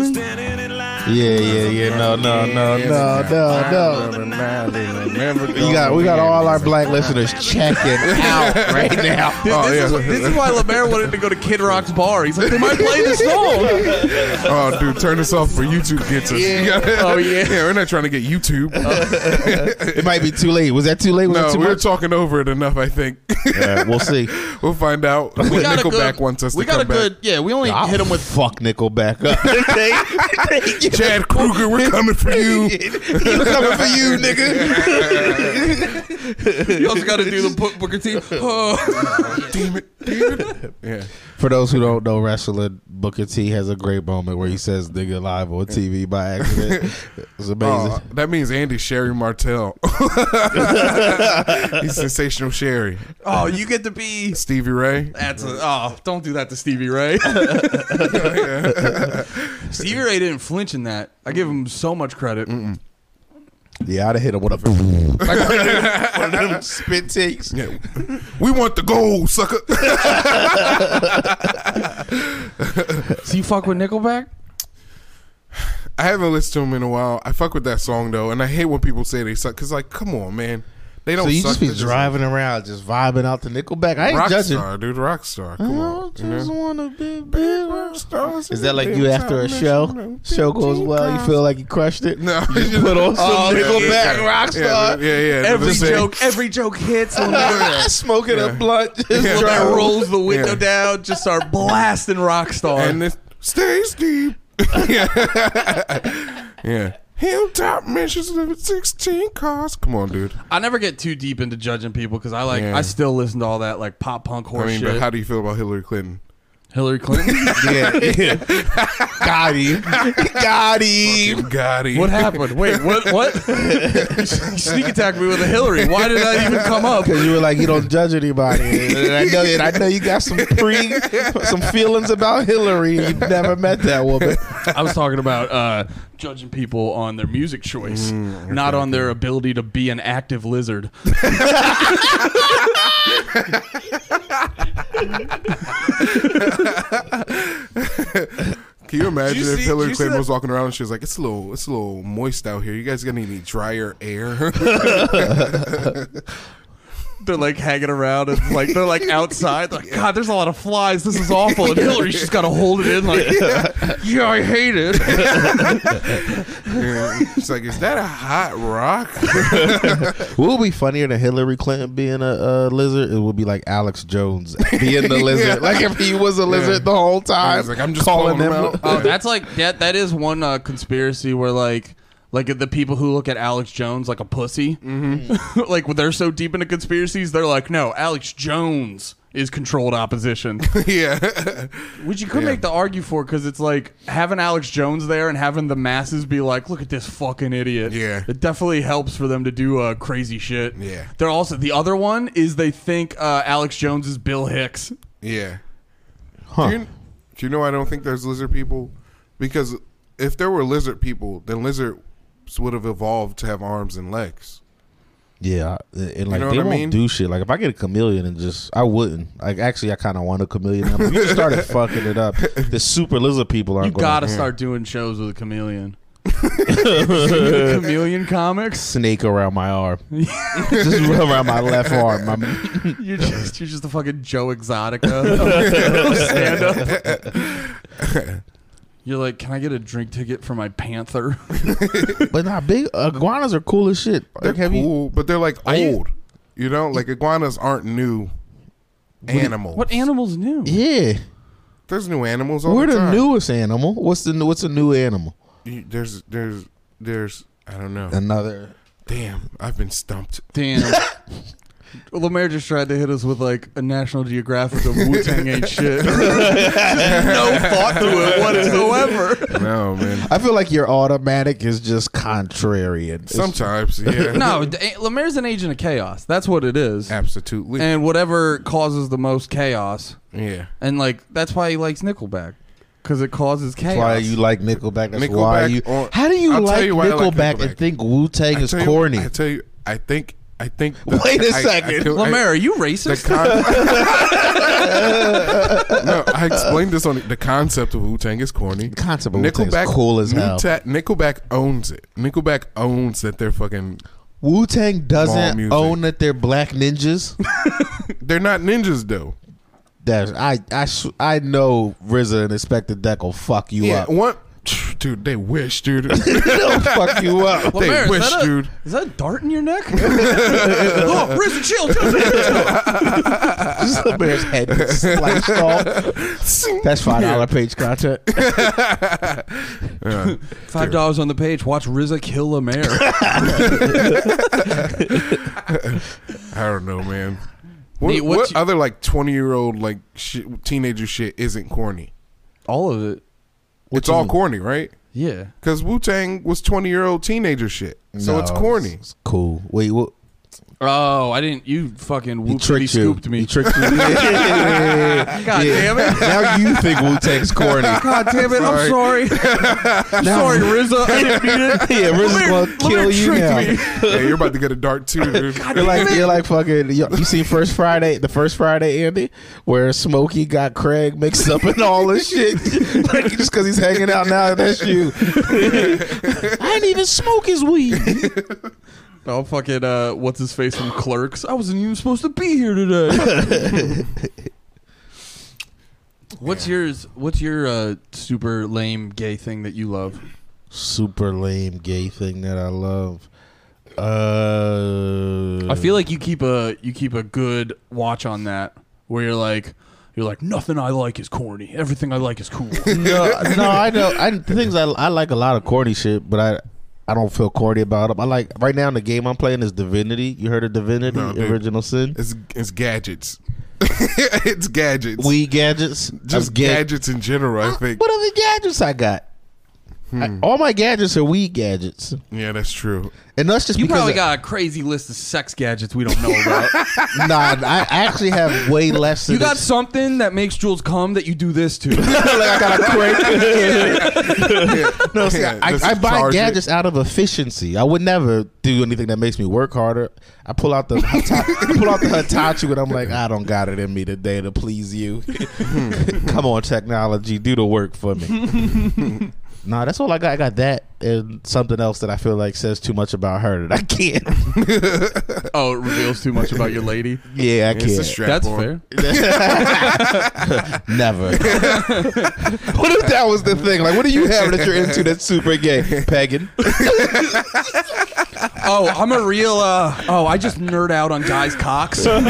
Speaker 1: Yeah, yeah, yeah. No, no, no, no, no, no. You
Speaker 3: You
Speaker 1: got we got all our black listeners checking out right now.
Speaker 2: Dude,
Speaker 3: Oh,
Speaker 2: this, is,
Speaker 3: yeah.
Speaker 2: wh- this is why LeBaron wanted to go to Kid Rock's bar. He's like, they might play this song.
Speaker 3: Oh, dude, turn this off for YouTube gets us. You gotta-
Speaker 2: Oh, yeah. Uh,
Speaker 3: we're not trying to get YouTube.
Speaker 1: It might be too late. Was that too late? Was that
Speaker 3: no,
Speaker 1: too
Speaker 3: we are
Speaker 1: much?
Speaker 3: talking over it enough. I think
Speaker 1: Yeah, we'll see.
Speaker 3: we'll find out. We
Speaker 2: We got a
Speaker 3: Nickelback
Speaker 2: good-
Speaker 3: wants us
Speaker 2: We
Speaker 3: to
Speaker 2: got
Speaker 3: come
Speaker 2: a good.
Speaker 3: back.
Speaker 2: Yeah, we only
Speaker 1: I'll
Speaker 2: hit him with.
Speaker 1: fuck Nickelback up. They- they give
Speaker 3: Chad Kruger, we're coming for you.
Speaker 1: We're coming for you, nigga.
Speaker 2: You also got to do the book, Booker T. Oh.
Speaker 3: Damn it, damn it. Yeah.
Speaker 1: For those who don't know, wrestler Booker T has a great moment where he says "nigga" live on TV by accident. It's amazing.
Speaker 3: Aw, that means Andy Sherry Martell. He's sensational Sherry.
Speaker 2: oh, you get to be.
Speaker 3: Stevie Ray.
Speaker 2: That's a, oh, don't do that to Stevie Ray. Stevie Ray didn't flinch in that. I give him so much credit.
Speaker 1: Yeah, I'd have hit him with a boom. Like one of them- one of them spit takes.
Speaker 3: Yeah. We want the gold, sucker.
Speaker 2: So you fuck with Nickelback?
Speaker 3: I haven't listened to him in a while. I fuck with that song though, and I hate when people say they suck. Cause like, come on, man, they don't.
Speaker 1: So you
Speaker 3: suck,
Speaker 1: just be
Speaker 3: they're
Speaker 1: driving around, just vibing out to Nickelback. I ain't judging.
Speaker 3: Rockstar, dude, rockstar. Come
Speaker 1: I
Speaker 3: on, you know?
Speaker 1: just wanna be big rock
Speaker 3: Rockstars
Speaker 1: Is that like
Speaker 3: in
Speaker 1: you
Speaker 3: the
Speaker 1: after a
Speaker 3: time
Speaker 1: show?
Speaker 3: machine.
Speaker 1: Show goes well, you feel like you crushed it.
Speaker 3: No,
Speaker 1: you just put on some
Speaker 2: Oh, yeah,
Speaker 1: Nickelback
Speaker 3: yeah.
Speaker 1: rock
Speaker 3: Yeah,
Speaker 1: star.
Speaker 3: yeah, yeah.
Speaker 2: Every
Speaker 3: Just say-
Speaker 2: joke, every joke hits. on that.
Speaker 1: Smoking a blunt, just
Speaker 3: Yeah.
Speaker 2: Little guy
Speaker 1: driving.
Speaker 2: rolls the window
Speaker 3: Yeah.
Speaker 2: down, just start blasting
Speaker 1: Uh,
Speaker 2: Rockstar.
Speaker 3: and this stays deep. yeah, yeah. Hilltop missions living sixteen cars. Come on, dude.
Speaker 2: I never get too deep into judging people because I like
Speaker 3: Yeah.
Speaker 2: I still listen to all that like pop punk
Speaker 3: I
Speaker 2: horse
Speaker 3: mean,
Speaker 2: shit.
Speaker 3: but how do you feel about Hillary Clinton?
Speaker 2: Hillary Clinton.
Speaker 1: Yeah. Got him. Got him.
Speaker 3: Got it.
Speaker 2: What happened? Wait, what? What? Sneak attack me with a Hillary. Why did I even come up?
Speaker 1: Because you were like, you don't judge anybody. And I know, and I know you got some pre, some feelings about Hillary. You've never met that woman.
Speaker 2: I was talking about uh, judging people on their music choice,
Speaker 3: Mm,
Speaker 2: not on their ability to be an active lizard.
Speaker 3: Can you imagine
Speaker 1: you
Speaker 3: if
Speaker 1: see- did
Speaker 3: Hillary
Speaker 1: you see
Speaker 3: Clinton
Speaker 1: that-
Speaker 3: was walking around and she was like, "It's a little, it's a little moist out here. You guys gonna need drier air."
Speaker 2: They're like hanging around and like they're like outside. They're like, God, there's a lot of flies. This is awful. And Hillary's just got to hold it in. Like, yeah, I hate it.
Speaker 3: She's like, "Is that a hot rock?"
Speaker 1: What would be funnier than Hillary Clinton being a, uh lizard? It would be like Alex Jones being the lizard. Like if he was a lizard the whole time.
Speaker 3: He's like, "I'm just calling them out."
Speaker 2: Oh, that's like that. That is one uh, conspiracy where like. Like the people who look at Alex Jones like a pussy, mm-hmm. like they're so deep into conspiracies, they're like, no, Alex Jones is controlled opposition.
Speaker 3: yeah,
Speaker 2: Which you could make the argue for because it's like having Alex Jones there and having the masses be like, "Look at this fucking idiot."
Speaker 3: Yeah.
Speaker 2: it definitely helps for them to do uh, crazy shit.
Speaker 3: Yeah.
Speaker 2: they're also the other one is they think uh, Alex Jones is Bill Hicks.
Speaker 3: yeah.
Speaker 1: Huh.
Speaker 3: Do, you, do you know? I don't think there's lizard people because if there were lizard people, then lizards would have evolved to have arms and legs.
Speaker 1: Yeah, I- and like
Speaker 3: know
Speaker 1: they
Speaker 3: what I
Speaker 1: won't
Speaker 3: mean?
Speaker 1: do shit. Like if I get a chameleon and just I wouldn't. Like actually, I kind of want a chameleon. Now, but you just started fucking it up. The super lizard people aren't.
Speaker 2: You gotta
Speaker 1: gonna
Speaker 2: start doing shows with a chameleon. chameleon comics.
Speaker 1: snake around my arm, just around my left arm. My,
Speaker 2: You're just you're just a fucking Joe Exotica. Stand up. You're like, can I get a drink ticket for my panther?
Speaker 1: but nah, big iguanas are cool as shit.
Speaker 3: They're
Speaker 1: Like, have you-
Speaker 3: cool, but they're like
Speaker 1: Are you-
Speaker 3: old. You, know, like iguanas aren't new animals.
Speaker 2: What animals knew?
Speaker 1: yeah,
Speaker 3: There's new animals all
Speaker 1: we're
Speaker 3: the
Speaker 1: the
Speaker 3: time.
Speaker 1: newest animal. What's the new- what's a new animal?
Speaker 3: You- There's there's there's I don't know.
Speaker 1: Another.
Speaker 3: Damn, I've been stumped.
Speaker 2: Damn. Lemaire just tried to hit us with like a National Geographic of Wu Tang ain't shit. no thought to it whatsoever.
Speaker 3: No man.
Speaker 1: I feel like your automatic is just contrarian. It's-
Speaker 3: Sometimes, yeah.
Speaker 2: No, d- Lemaire's an agent of chaos. That's what it is.
Speaker 3: absolutely.
Speaker 2: And whatever causes the most chaos,
Speaker 3: yeah.
Speaker 2: and like that's why he likes Nickelback, because it causes chaos.
Speaker 1: That's why you like Nickelback. That's why
Speaker 3: Nickelback
Speaker 1: you.
Speaker 3: or-
Speaker 1: how do you
Speaker 3: I'll tell
Speaker 1: like,
Speaker 3: you why I like
Speaker 1: Nickelback and
Speaker 3: Nickelback.
Speaker 1: think Wu Tang
Speaker 3: I
Speaker 1: is
Speaker 3: tell you-
Speaker 1: corny?
Speaker 3: I tell you, I think, I think.
Speaker 1: Wait a
Speaker 3: I- I
Speaker 1: second.
Speaker 3: feel- I-
Speaker 2: Lemaire, are you
Speaker 3: the
Speaker 2: racist?
Speaker 3: con- no, I explained this on the concept of Wu Tang is corny. The
Speaker 1: concept of Wu-Tang is cool as hell.
Speaker 3: Nickelback owns it. Nickelback owns that they're fucking.
Speaker 1: Wu Tang
Speaker 3: Small
Speaker 1: doesn't
Speaker 3: music.
Speaker 1: own that they're black ninjas.
Speaker 3: They're not ninjas though.
Speaker 1: That's I I sw- I know RZA and Inspector Deck will fuck you up.
Speaker 3: One, dude, they wish, dude.
Speaker 1: They'll fuck you up.
Speaker 3: they
Speaker 2: Lemaire, is,
Speaker 3: wish,
Speaker 2: that a,
Speaker 3: dude.
Speaker 2: is that a dart in your neck? oh, Rizzo, chill, chill, chill, chill.
Speaker 1: Just a man's head gets sliced off. That's five dollar page content.
Speaker 3: Yeah.
Speaker 2: Five dollars on the page. Watch RZA kill a mayor.
Speaker 3: I don't know, man. What,
Speaker 2: Nate, what
Speaker 3: what,
Speaker 2: you-
Speaker 3: other like twenty year old like shit, teenager shit isn't corny?
Speaker 2: All of it.
Speaker 3: it's all corny, right?
Speaker 2: Yeah.
Speaker 3: Because Wu Tang was twenty year old teenager shit, so
Speaker 1: No,
Speaker 3: it's corny.
Speaker 1: It's cool. Wait, what?
Speaker 2: Oh, I didn't. You fucking
Speaker 1: He
Speaker 2: whooped, he
Speaker 1: tricked you.
Speaker 2: scooped me.
Speaker 1: He tricked you. God
Speaker 2: God damn it.
Speaker 1: Now you think Wu Tang's corny.
Speaker 2: God damn it! I'm sorry. I'm sorry, RZA. I didn't mean it.
Speaker 1: Yeah, RZA's
Speaker 2: Lemaire-
Speaker 1: gonna kill
Speaker 2: Lemaire
Speaker 1: you
Speaker 2: tricked
Speaker 1: now.
Speaker 3: yeah, you're about to get a dart too. Dude.
Speaker 1: You're like you're like fucking. You, you see, first Friday, the first Friday, Andy, where Smokey got Craig mixed up and all this shit, like just because he's hanging out now. That's you. I didn't even smoke his weed.
Speaker 2: Oh fucking uh, what's his face from Clerks? I wasn't even supposed to be here today. what's yours? What's your uh, super lame gay thing that you love?
Speaker 1: Super lame gay thing that I love. Uh,
Speaker 2: I feel like you keep a you keep a good watch on that, where you're like you're like nothing I like is corny, everything I like is cool.
Speaker 1: no, no, I know. I the things I I like a lot of corny shit, but I. I don't feel corny about them. I like right now the game I'm playing is Divinity. You heard of Divinity,
Speaker 3: No, dude.
Speaker 1: Original Sin?
Speaker 3: It's it's gadgets. it's gadgets.
Speaker 1: Weed gadgets.
Speaker 3: just
Speaker 1: I've ga-
Speaker 3: gadgets in general, I think. Hmm.
Speaker 1: What other gadgets I got? I- all my gadgets are weed gadgets,
Speaker 3: Yeah, that's true.
Speaker 1: and that's just
Speaker 2: You
Speaker 1: because
Speaker 2: probably
Speaker 1: I-
Speaker 2: got a crazy list of sex gadgets we don't know about.
Speaker 1: Nah, I actually have way less. Than
Speaker 2: you got
Speaker 1: this.
Speaker 2: something that makes Jules come that you do this to.
Speaker 1: like I got a crank. no, see,
Speaker 3: Yeah,
Speaker 1: I,
Speaker 3: just
Speaker 1: I buy
Speaker 3: charge it.
Speaker 1: gadgets out of efficiency. I would never do anything that makes me work harder. I pull out the Hita- I pull out the Hitachi, and I'm like, I don't got it in me today to please you.
Speaker 3: Hmm.
Speaker 1: Come on, technology, do the work for me. nah, that's all I got. I got that and something else that I feel like says too much about her that I can't.
Speaker 2: oh, it reveals too much about your lady.
Speaker 1: yeah, I
Speaker 3: It's a
Speaker 1: can't.
Speaker 3: strap
Speaker 2: That's
Speaker 3: on.
Speaker 2: fair.
Speaker 1: Never. what if that was the thing? Like, what do you have that you're into that's super gay, pagan?
Speaker 2: Oh, I'm a real. Uh, oh, I just nerd out on guys' cocks. I'm
Speaker 1: no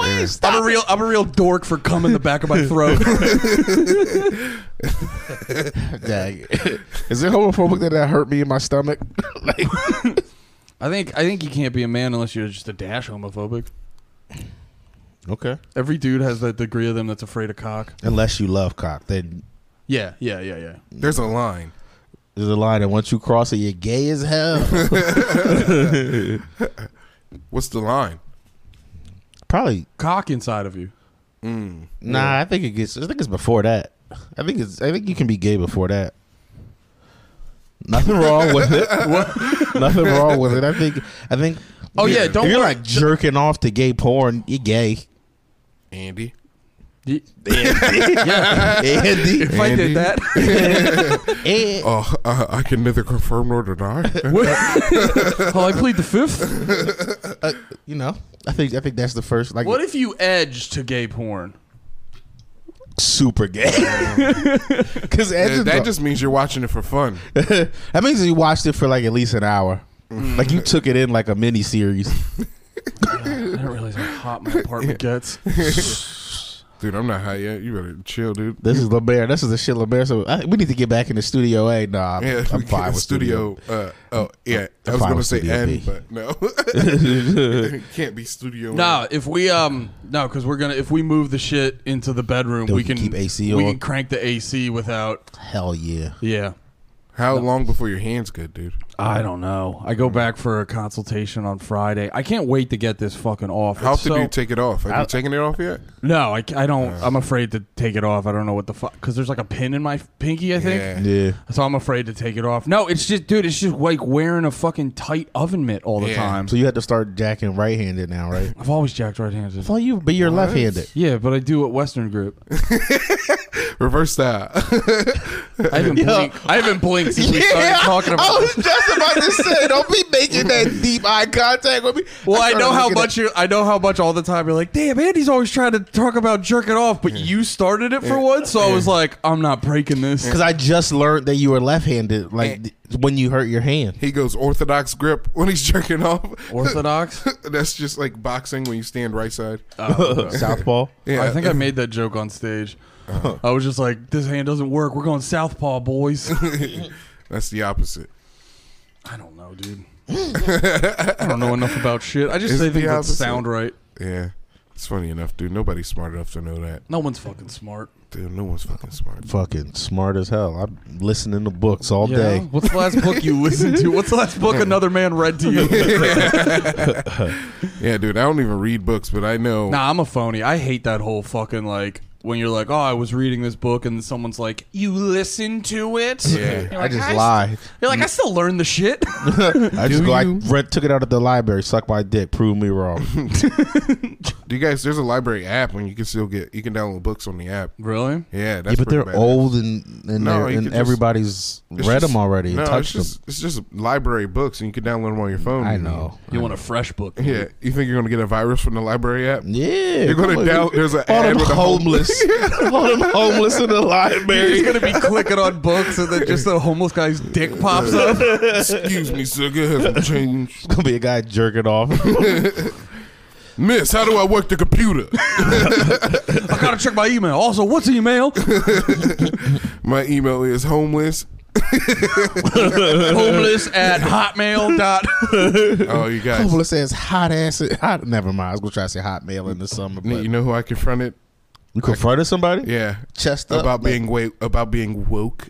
Speaker 1: way. Stop.
Speaker 2: a real. I'm a real dork for cum in the back of my throat.
Speaker 1: Dang. Is there homophobic that that hurt me in my stomach? like,
Speaker 2: I think. I think you can't be a man unless you're just a dash homophobic.
Speaker 1: okay.
Speaker 2: Every dude has that degree of them that's afraid of cock.
Speaker 1: Unless you love cock, then
Speaker 2: Yeah, yeah, yeah, yeah.
Speaker 3: There's a line.
Speaker 1: there's a line that once you cross it, you're gay as hell.
Speaker 3: What's the line?
Speaker 1: Probably.
Speaker 2: Cock inside of you.
Speaker 3: Mm.
Speaker 1: Nah, I think it gets. I think it's before that. I think it's. I think you can be gay before that. Nothing wrong with it. Nothing wrong with it. I think. I think.
Speaker 2: Oh, yeah, don't
Speaker 1: If you're
Speaker 2: worry.
Speaker 1: like jerking off to gay porn, you're gay.
Speaker 3: Andy.
Speaker 2: Ye-
Speaker 1: Andy.
Speaker 2: If I
Speaker 3: Andy?
Speaker 2: did that,
Speaker 1: Eh.
Speaker 3: Oh, uh, I can neither confirm nor deny.
Speaker 2: well, Oh, I plead the fifth.
Speaker 1: Uh, you know, I think I think that's the first like
Speaker 2: What if you edge to gay porn?
Speaker 1: super gay. Because
Speaker 3: that, that just means you're watching it for fun.
Speaker 1: that means you watched it for like at least an hour. Like you took it in like a mini series.
Speaker 2: I didn't realize how hot my apartment gets.
Speaker 3: Dude, I'm not high yet. You better chill, dude.
Speaker 1: This is LeBaron. This is the shit LeBaron. So I, we need to get back into Studio A. Nah, I'm,
Speaker 3: Yeah,
Speaker 1: I'm
Speaker 3: we get
Speaker 1: fine
Speaker 3: the
Speaker 1: with
Speaker 3: studio. Uh, oh, yeah. i
Speaker 1: I'm fine
Speaker 3: was gonna
Speaker 1: with
Speaker 3: say
Speaker 1: Studio
Speaker 3: N,
Speaker 1: B.
Speaker 3: but no,
Speaker 1: studio.
Speaker 3: it can't be studio.
Speaker 2: No, if we um no, because we're gonna if we move the shit into the bedroom,
Speaker 1: Then
Speaker 2: we
Speaker 1: we can
Speaker 2: can
Speaker 1: keep AC
Speaker 2: We
Speaker 1: on.
Speaker 2: can crank the AC without.
Speaker 1: Hell yeah.
Speaker 2: Yeah,
Speaker 3: How long before your hands good, dude?
Speaker 2: I don't know. I go back for a consultation on Friday. I can't wait to get this fucking off.
Speaker 3: How
Speaker 2: It's
Speaker 3: often
Speaker 2: so-
Speaker 3: do you take it off? Have you taken it off yet?
Speaker 2: No, I, I don't. I'm afraid to take it off. I don't know what the fuck because there's like a pin in my f- pinky. I think.
Speaker 3: Yeah.
Speaker 1: Yeah.
Speaker 2: So I'm afraid to take it off. No, it's just, dude, it's just like wearing a fucking tight oven mitt all the
Speaker 3: Yeah.
Speaker 2: time.
Speaker 1: So you had to start jacking right handed now, right?
Speaker 2: I've always jacked right-handed.
Speaker 1: Well, you but you're left handed.
Speaker 2: Yeah, but I do at Western Group.
Speaker 3: Reverse style.
Speaker 2: I haven't blinked. I haven't blinked since we started talking about.
Speaker 1: I was just about to say, don't be making that deep eye contact with me.
Speaker 2: Well, I
Speaker 1: started
Speaker 2: know how
Speaker 1: looking at-
Speaker 2: much you. I know how much all the time. You're like, damn, Andy's always trying to talk about jerking off, but you started it for once. So I was like, I'm not breaking this.
Speaker 1: Because I just learned that you were left-handed, like th- when you hurt your hand.
Speaker 3: he goes orthodox grip when he's jerking off.
Speaker 2: Orthodox. Oh,
Speaker 3: That's just like boxing when you stand right side.
Speaker 1: Southpaw.
Speaker 3: Yeah. Uh-huh.
Speaker 2: I think I made that joke on stage. I was just like, this hand doesn't work. We're going southpaw, boys.
Speaker 3: That's the opposite.
Speaker 2: I don't know, dude. I don't know enough about shit. I just
Speaker 3: It's
Speaker 2: say things
Speaker 3: the
Speaker 2: that
Speaker 3: opposite.
Speaker 2: sound right.
Speaker 3: Yeah. It's funny enough, dude. Nobody's smart enough to know that.
Speaker 2: No one's fucking smart.
Speaker 3: Dude, no one's fucking smart.
Speaker 1: Fucking smart as hell. I'm listening to books all
Speaker 2: Yeah?
Speaker 1: day.
Speaker 2: What's the last book you listened to? What's the last book another man read to you?
Speaker 3: Yeah, dude. I don't even read books, but I know.
Speaker 2: nah, I'm a phony. I hate that whole fucking like when you're like, oh, I was reading this book, and someone's like, you listened to it?
Speaker 3: Yeah.
Speaker 1: I just
Speaker 2: I-
Speaker 1: lie.
Speaker 2: You're like, I still learned the shit.
Speaker 1: I just go, I read, took it out of the library, suck my dick, prove me wrong.
Speaker 3: Do you guys? There's a library app when you can still get. You can download books on the app.
Speaker 2: really?
Speaker 3: Yeah,
Speaker 1: yeah,
Speaker 3: that's
Speaker 1: but
Speaker 3: pretty
Speaker 1: they're
Speaker 3: badass.
Speaker 1: old and and,
Speaker 3: No,
Speaker 1: they're-
Speaker 3: you
Speaker 1: and
Speaker 3: could just-
Speaker 1: everybody's
Speaker 3: It's
Speaker 1: read
Speaker 3: just-
Speaker 1: them already and
Speaker 3: No, it's
Speaker 1: touched them.
Speaker 3: just it's just library books, and you can download them on your phone.
Speaker 1: I know.
Speaker 2: You want a fresh book?
Speaker 3: Yeah, you think you're gonna get a virus from the library app?
Speaker 1: Yeah,
Speaker 3: You're gonna
Speaker 1: come on.
Speaker 3: down- there's an
Speaker 1: all
Speaker 3: ad
Speaker 1: them
Speaker 3: with a whole-
Speaker 1: homeless, all them homeless in the
Speaker 2: You're
Speaker 1: library.
Speaker 2: just gonna be clicking on books, and then just a homeless guy's dick pops up.
Speaker 3: Excuse me, sir. Go ahead and change.
Speaker 1: It's gonna be a guy jerking off.
Speaker 3: Miss, how do I work the computer?
Speaker 2: I gotta check my email. Also, what's email?
Speaker 3: My email is homeless
Speaker 2: homeless at hotmail dot.
Speaker 3: Oh, you guys.
Speaker 1: Coppola says hot ass. Hot. Never mind. I was gonna try to say hot male in the summer. But
Speaker 3: You know who I confronted?
Speaker 1: you confronted somebody.
Speaker 3: Yeah,
Speaker 1: Chest
Speaker 2: Uh,
Speaker 1: up.
Speaker 3: about
Speaker 1: like-
Speaker 3: being wait about being woke,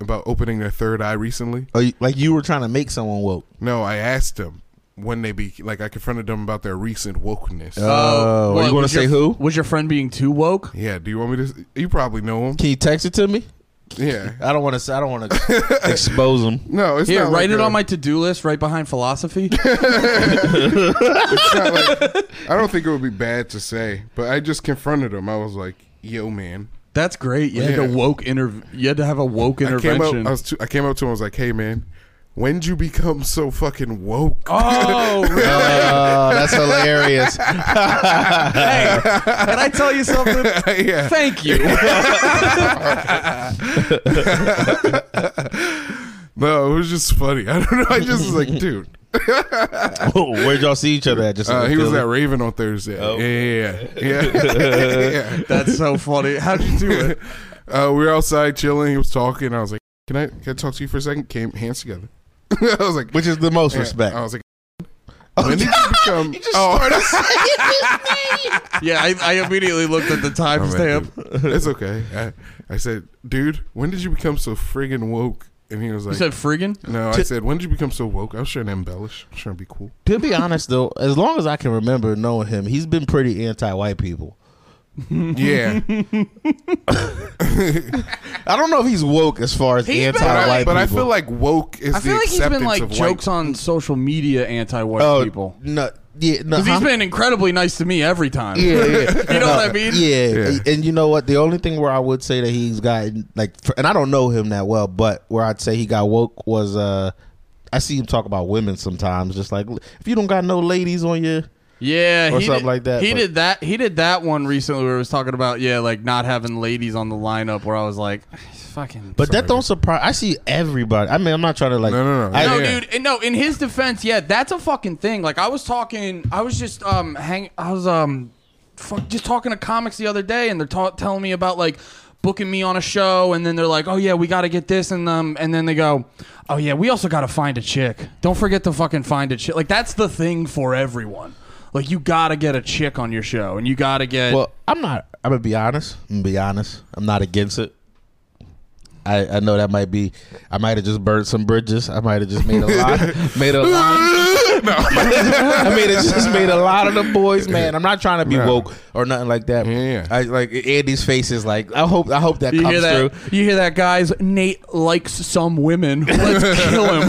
Speaker 3: about opening their third eye recently.
Speaker 1: Oh, you- like you were trying to make someone woke.
Speaker 3: No, I asked them when they be like I confronted them about their recent wokeness.
Speaker 2: Uh.
Speaker 1: Oh, you want to say who?
Speaker 2: Was your friend being too woke?
Speaker 3: yeah, do you want me to? You probably know them.
Speaker 1: Can you text it to me?
Speaker 3: Yeah.
Speaker 1: I don't want to. I don't want to expose them.
Speaker 3: No, it's
Speaker 2: Here,
Speaker 3: not
Speaker 2: write
Speaker 3: like
Speaker 2: it
Speaker 3: a-
Speaker 2: on my to-do list right behind philosophy.
Speaker 3: it's not like- I don't think it would be bad to say, but I just confronted him. I was like, "Yo, man."
Speaker 2: That's great. You had
Speaker 3: Yeah.
Speaker 2: to woke interv- You had to have a woke
Speaker 3: I came up.
Speaker 2: intervention.
Speaker 3: I was. Too, I came up to him. I was like, "Hey, man, when'd you become so fucking woke?"
Speaker 2: oh, really?
Speaker 1: Oh, that's hilarious.
Speaker 2: hey, can I tell you something?
Speaker 3: yeah.
Speaker 2: Thank you.
Speaker 3: No, it was just funny. I don't know. I just was like, dude.
Speaker 1: Where'd y'all see each other at? Just in
Speaker 3: Uh,
Speaker 1: the
Speaker 3: he was
Speaker 1: Philly?
Speaker 3: at Raven on Thursday.
Speaker 1: Oh.
Speaker 3: Yeah, yeah, yeah. yeah.
Speaker 2: That's so funny. How'd you do it?
Speaker 3: Uh, we were outside chilling. He was talking. I was like, "Can I can I talk to you for a second? Came hands together. I was like,
Speaker 1: which is the most
Speaker 3: yeah.
Speaker 1: respect.
Speaker 3: I was like, when did you become?
Speaker 1: You Oh, just
Speaker 3: oh,
Speaker 2: Yeah, I, I immediately looked at the
Speaker 3: Oh,
Speaker 2: timestamp.
Speaker 3: it's okay. I, I said, dude, when did you become so friggin' woke? And he was
Speaker 2: You
Speaker 3: like,
Speaker 2: said friggin'?
Speaker 3: no. I said, when did you become so woke? I was trying to embellish. I was trying to be cool.
Speaker 1: to be honest though, as long as I can remember knowing him, he's been pretty anti-white people.
Speaker 3: Yeah,
Speaker 1: I don't know if he's woke as far as
Speaker 2: He's been
Speaker 1: anti-white
Speaker 2: like-
Speaker 1: people.
Speaker 3: but I feel like woke is
Speaker 2: I feel
Speaker 3: the
Speaker 2: like he's
Speaker 3: acceptance
Speaker 2: been like
Speaker 3: of
Speaker 2: jokes on social media anti-white
Speaker 1: Oh,
Speaker 2: people.
Speaker 1: No, yeah, no.
Speaker 2: Because
Speaker 1: huh?
Speaker 2: he's been incredibly nice to me every time.
Speaker 1: yeah, yeah.
Speaker 2: You know what I mean?
Speaker 1: Yeah.
Speaker 3: Yeah.
Speaker 1: and you know what? The only thing where I would say that he's gotten like, for, and I don't know him that well, but where I'd say he got woke was uh, I see him talk about women sometimes, just like if you don't got no ladies on you,
Speaker 2: Yeah,
Speaker 1: Or
Speaker 2: he
Speaker 1: something
Speaker 2: did,
Speaker 1: like that,
Speaker 2: He
Speaker 1: but-
Speaker 2: did that. He did that one recently where it was talking about yeah, like not having ladies on the lineup. Where I was like, fucking.
Speaker 1: but that don't surprise. I see everybody. I mean, I'm not trying to like,
Speaker 3: No, no, no.
Speaker 1: I,
Speaker 2: no,
Speaker 3: yeah.
Speaker 2: dude. and No, in his defense, yeah, that's a fucking thing. Like I was talking, I was just um hang, I was um, fuck, just talking to comics the other day, and they're ta- telling me about like booking me on a show, and then they're like, oh yeah, we got to get this, and um, and then they go, oh yeah, we also got to find a chick. Don't forget to fucking find a chick. Like that's the thing for everyone. Like you got to get a chick on your show, and you got to get.
Speaker 1: Well, I'm not. I'm gonna be honest. I'm gonna be honest. I'm not against it. I, I know that might be. I might have just burned some bridges. I might have just made a lot. made a lot.
Speaker 3: on.
Speaker 1: I mean, it just made a lot of the boys, man. I'm not trying to be
Speaker 3: No.
Speaker 1: woke or nothing like that.
Speaker 3: Yeah.
Speaker 1: I like Andy's face is like. I hope. I hope that
Speaker 2: you
Speaker 1: comes
Speaker 2: hear that?
Speaker 1: through.
Speaker 2: You hear that, guys? Nate likes some women. Let's kill him.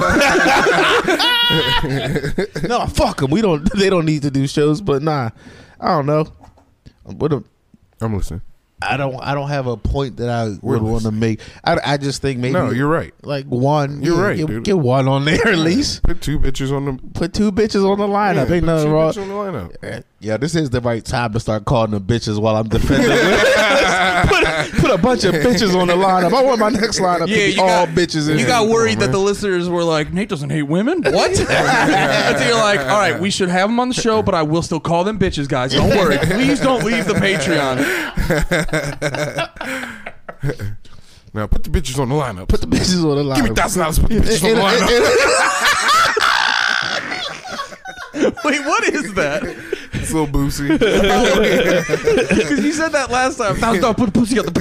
Speaker 1: No, fuck them. We don't. They don't need to do shows. But nah, I don't know. What a.
Speaker 3: I'm listening.
Speaker 1: I don't. I don't have a point that I would
Speaker 3: listening.
Speaker 1: want to make. I, I just think maybe
Speaker 2: Mm-hmm.
Speaker 3: No, you're right.
Speaker 1: like one.
Speaker 3: You're right,
Speaker 1: Get,
Speaker 3: dude.
Speaker 1: get one on there at least.
Speaker 3: Put two bitches on the
Speaker 1: Put two bitches on the lineup.
Speaker 3: Yeah,
Speaker 1: Ain't
Speaker 3: put
Speaker 1: nothing
Speaker 3: two
Speaker 1: wrong.
Speaker 3: bitches on the lineup.
Speaker 1: Eh, Yeah, this is the right time to start calling them bitches while I'm defending. put, put a bunch of bitches on the lineup. I want my next lineup to be all bitches. In
Speaker 2: You
Speaker 1: it.
Speaker 2: got worried that the listeners were like, Nate doesn't hate women. What? so you're like, all right, we should have them on the show, but I will still call them bitches, guys. Don't worry. Please don't leave the Patreon.
Speaker 3: Now put the bitches on the lineup.
Speaker 1: put the bitches on the lineup.
Speaker 3: Give me thousand dollars. Put the bitches on
Speaker 1: And-
Speaker 3: the
Speaker 1: and-
Speaker 3: lineup.
Speaker 1: and-
Speaker 2: Wait, what is that?
Speaker 3: It's Lil Boosie.
Speaker 2: Because you said that last time. Now, no, put pussy on the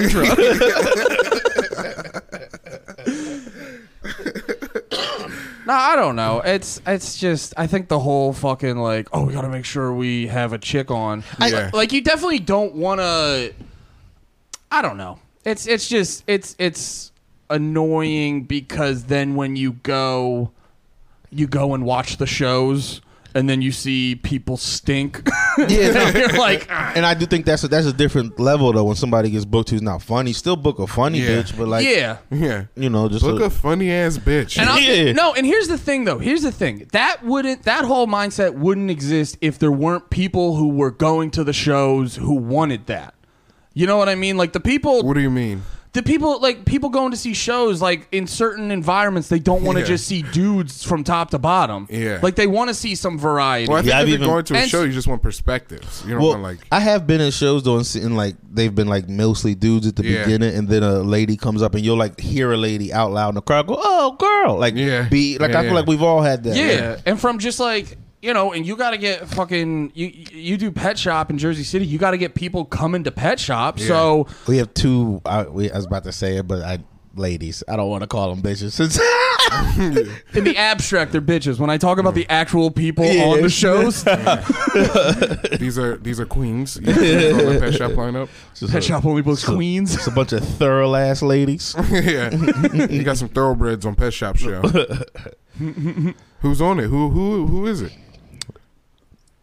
Speaker 2: Patreon. No, I don't know. It's it's just I think the whole fucking like oh we gotta make sure we have a chick on. I-
Speaker 3: Yeah.
Speaker 2: like you definitely don't want to. I don't know. It's it's just it's it's annoying because then when you go, you go and watch the shows and then you see people stink.
Speaker 1: Yeah, no.
Speaker 2: and you're like "Ah."
Speaker 1: and I do think that's a, that's a different level though. When somebody gets booked who's not funny, still book a funny
Speaker 3: Yeah.
Speaker 1: bitch, but like
Speaker 2: yeah.
Speaker 3: yeah.
Speaker 1: you know, just
Speaker 3: Look
Speaker 1: a-
Speaker 3: a funny ass bitch.
Speaker 2: And I'll-
Speaker 1: Yeah.
Speaker 2: no, and here's the thing though. Here's the thing. That wouldn't that whole mindset wouldn't exist if there weren't people who were going to the shows who wanted that. You know what I mean? Like the people
Speaker 3: what do you mean?
Speaker 2: the people like people going to see shows like in certain environments they don't want to
Speaker 3: Yeah.
Speaker 2: just see dudes from top to bottom.
Speaker 3: Yeah.
Speaker 2: like they want to see some variety.
Speaker 3: Well, I think
Speaker 1: Yeah, I've
Speaker 3: if you're
Speaker 1: even-
Speaker 3: going to a
Speaker 2: and-
Speaker 3: show, you just want perspectives. You don't
Speaker 1: Well,
Speaker 3: want like
Speaker 1: I have been in shows though, and sitting like they've been like mostly dudes at the
Speaker 3: Yeah.
Speaker 1: beginning, and then a lady comes up, and you'll like hear a lady out loud in the crowd go, "Oh, girl!" Like,
Speaker 3: Yeah.
Speaker 1: be like I
Speaker 3: Yeah.
Speaker 1: feel like we've all had that.
Speaker 2: yeah. and from just like you know, and you got to get fucking you you do pet shop in Jersey City. You got to get people coming to pet shop. So
Speaker 1: we have two. I, we, I was about to say it, but I ladies, I don't want to call them bitches.
Speaker 2: in the abstract, they're bitches. When I talk about the actual people
Speaker 1: Yeah.
Speaker 2: on the shows,
Speaker 3: these are these are queens. You know, on the pet shop lineup.
Speaker 2: pet shop only books
Speaker 1: so-
Speaker 2: queens.
Speaker 1: It's a bunch of thorough ass ladies.
Speaker 3: yeah, you got some thoroughbreds on pet shop show. Who's on it? Who who who is it?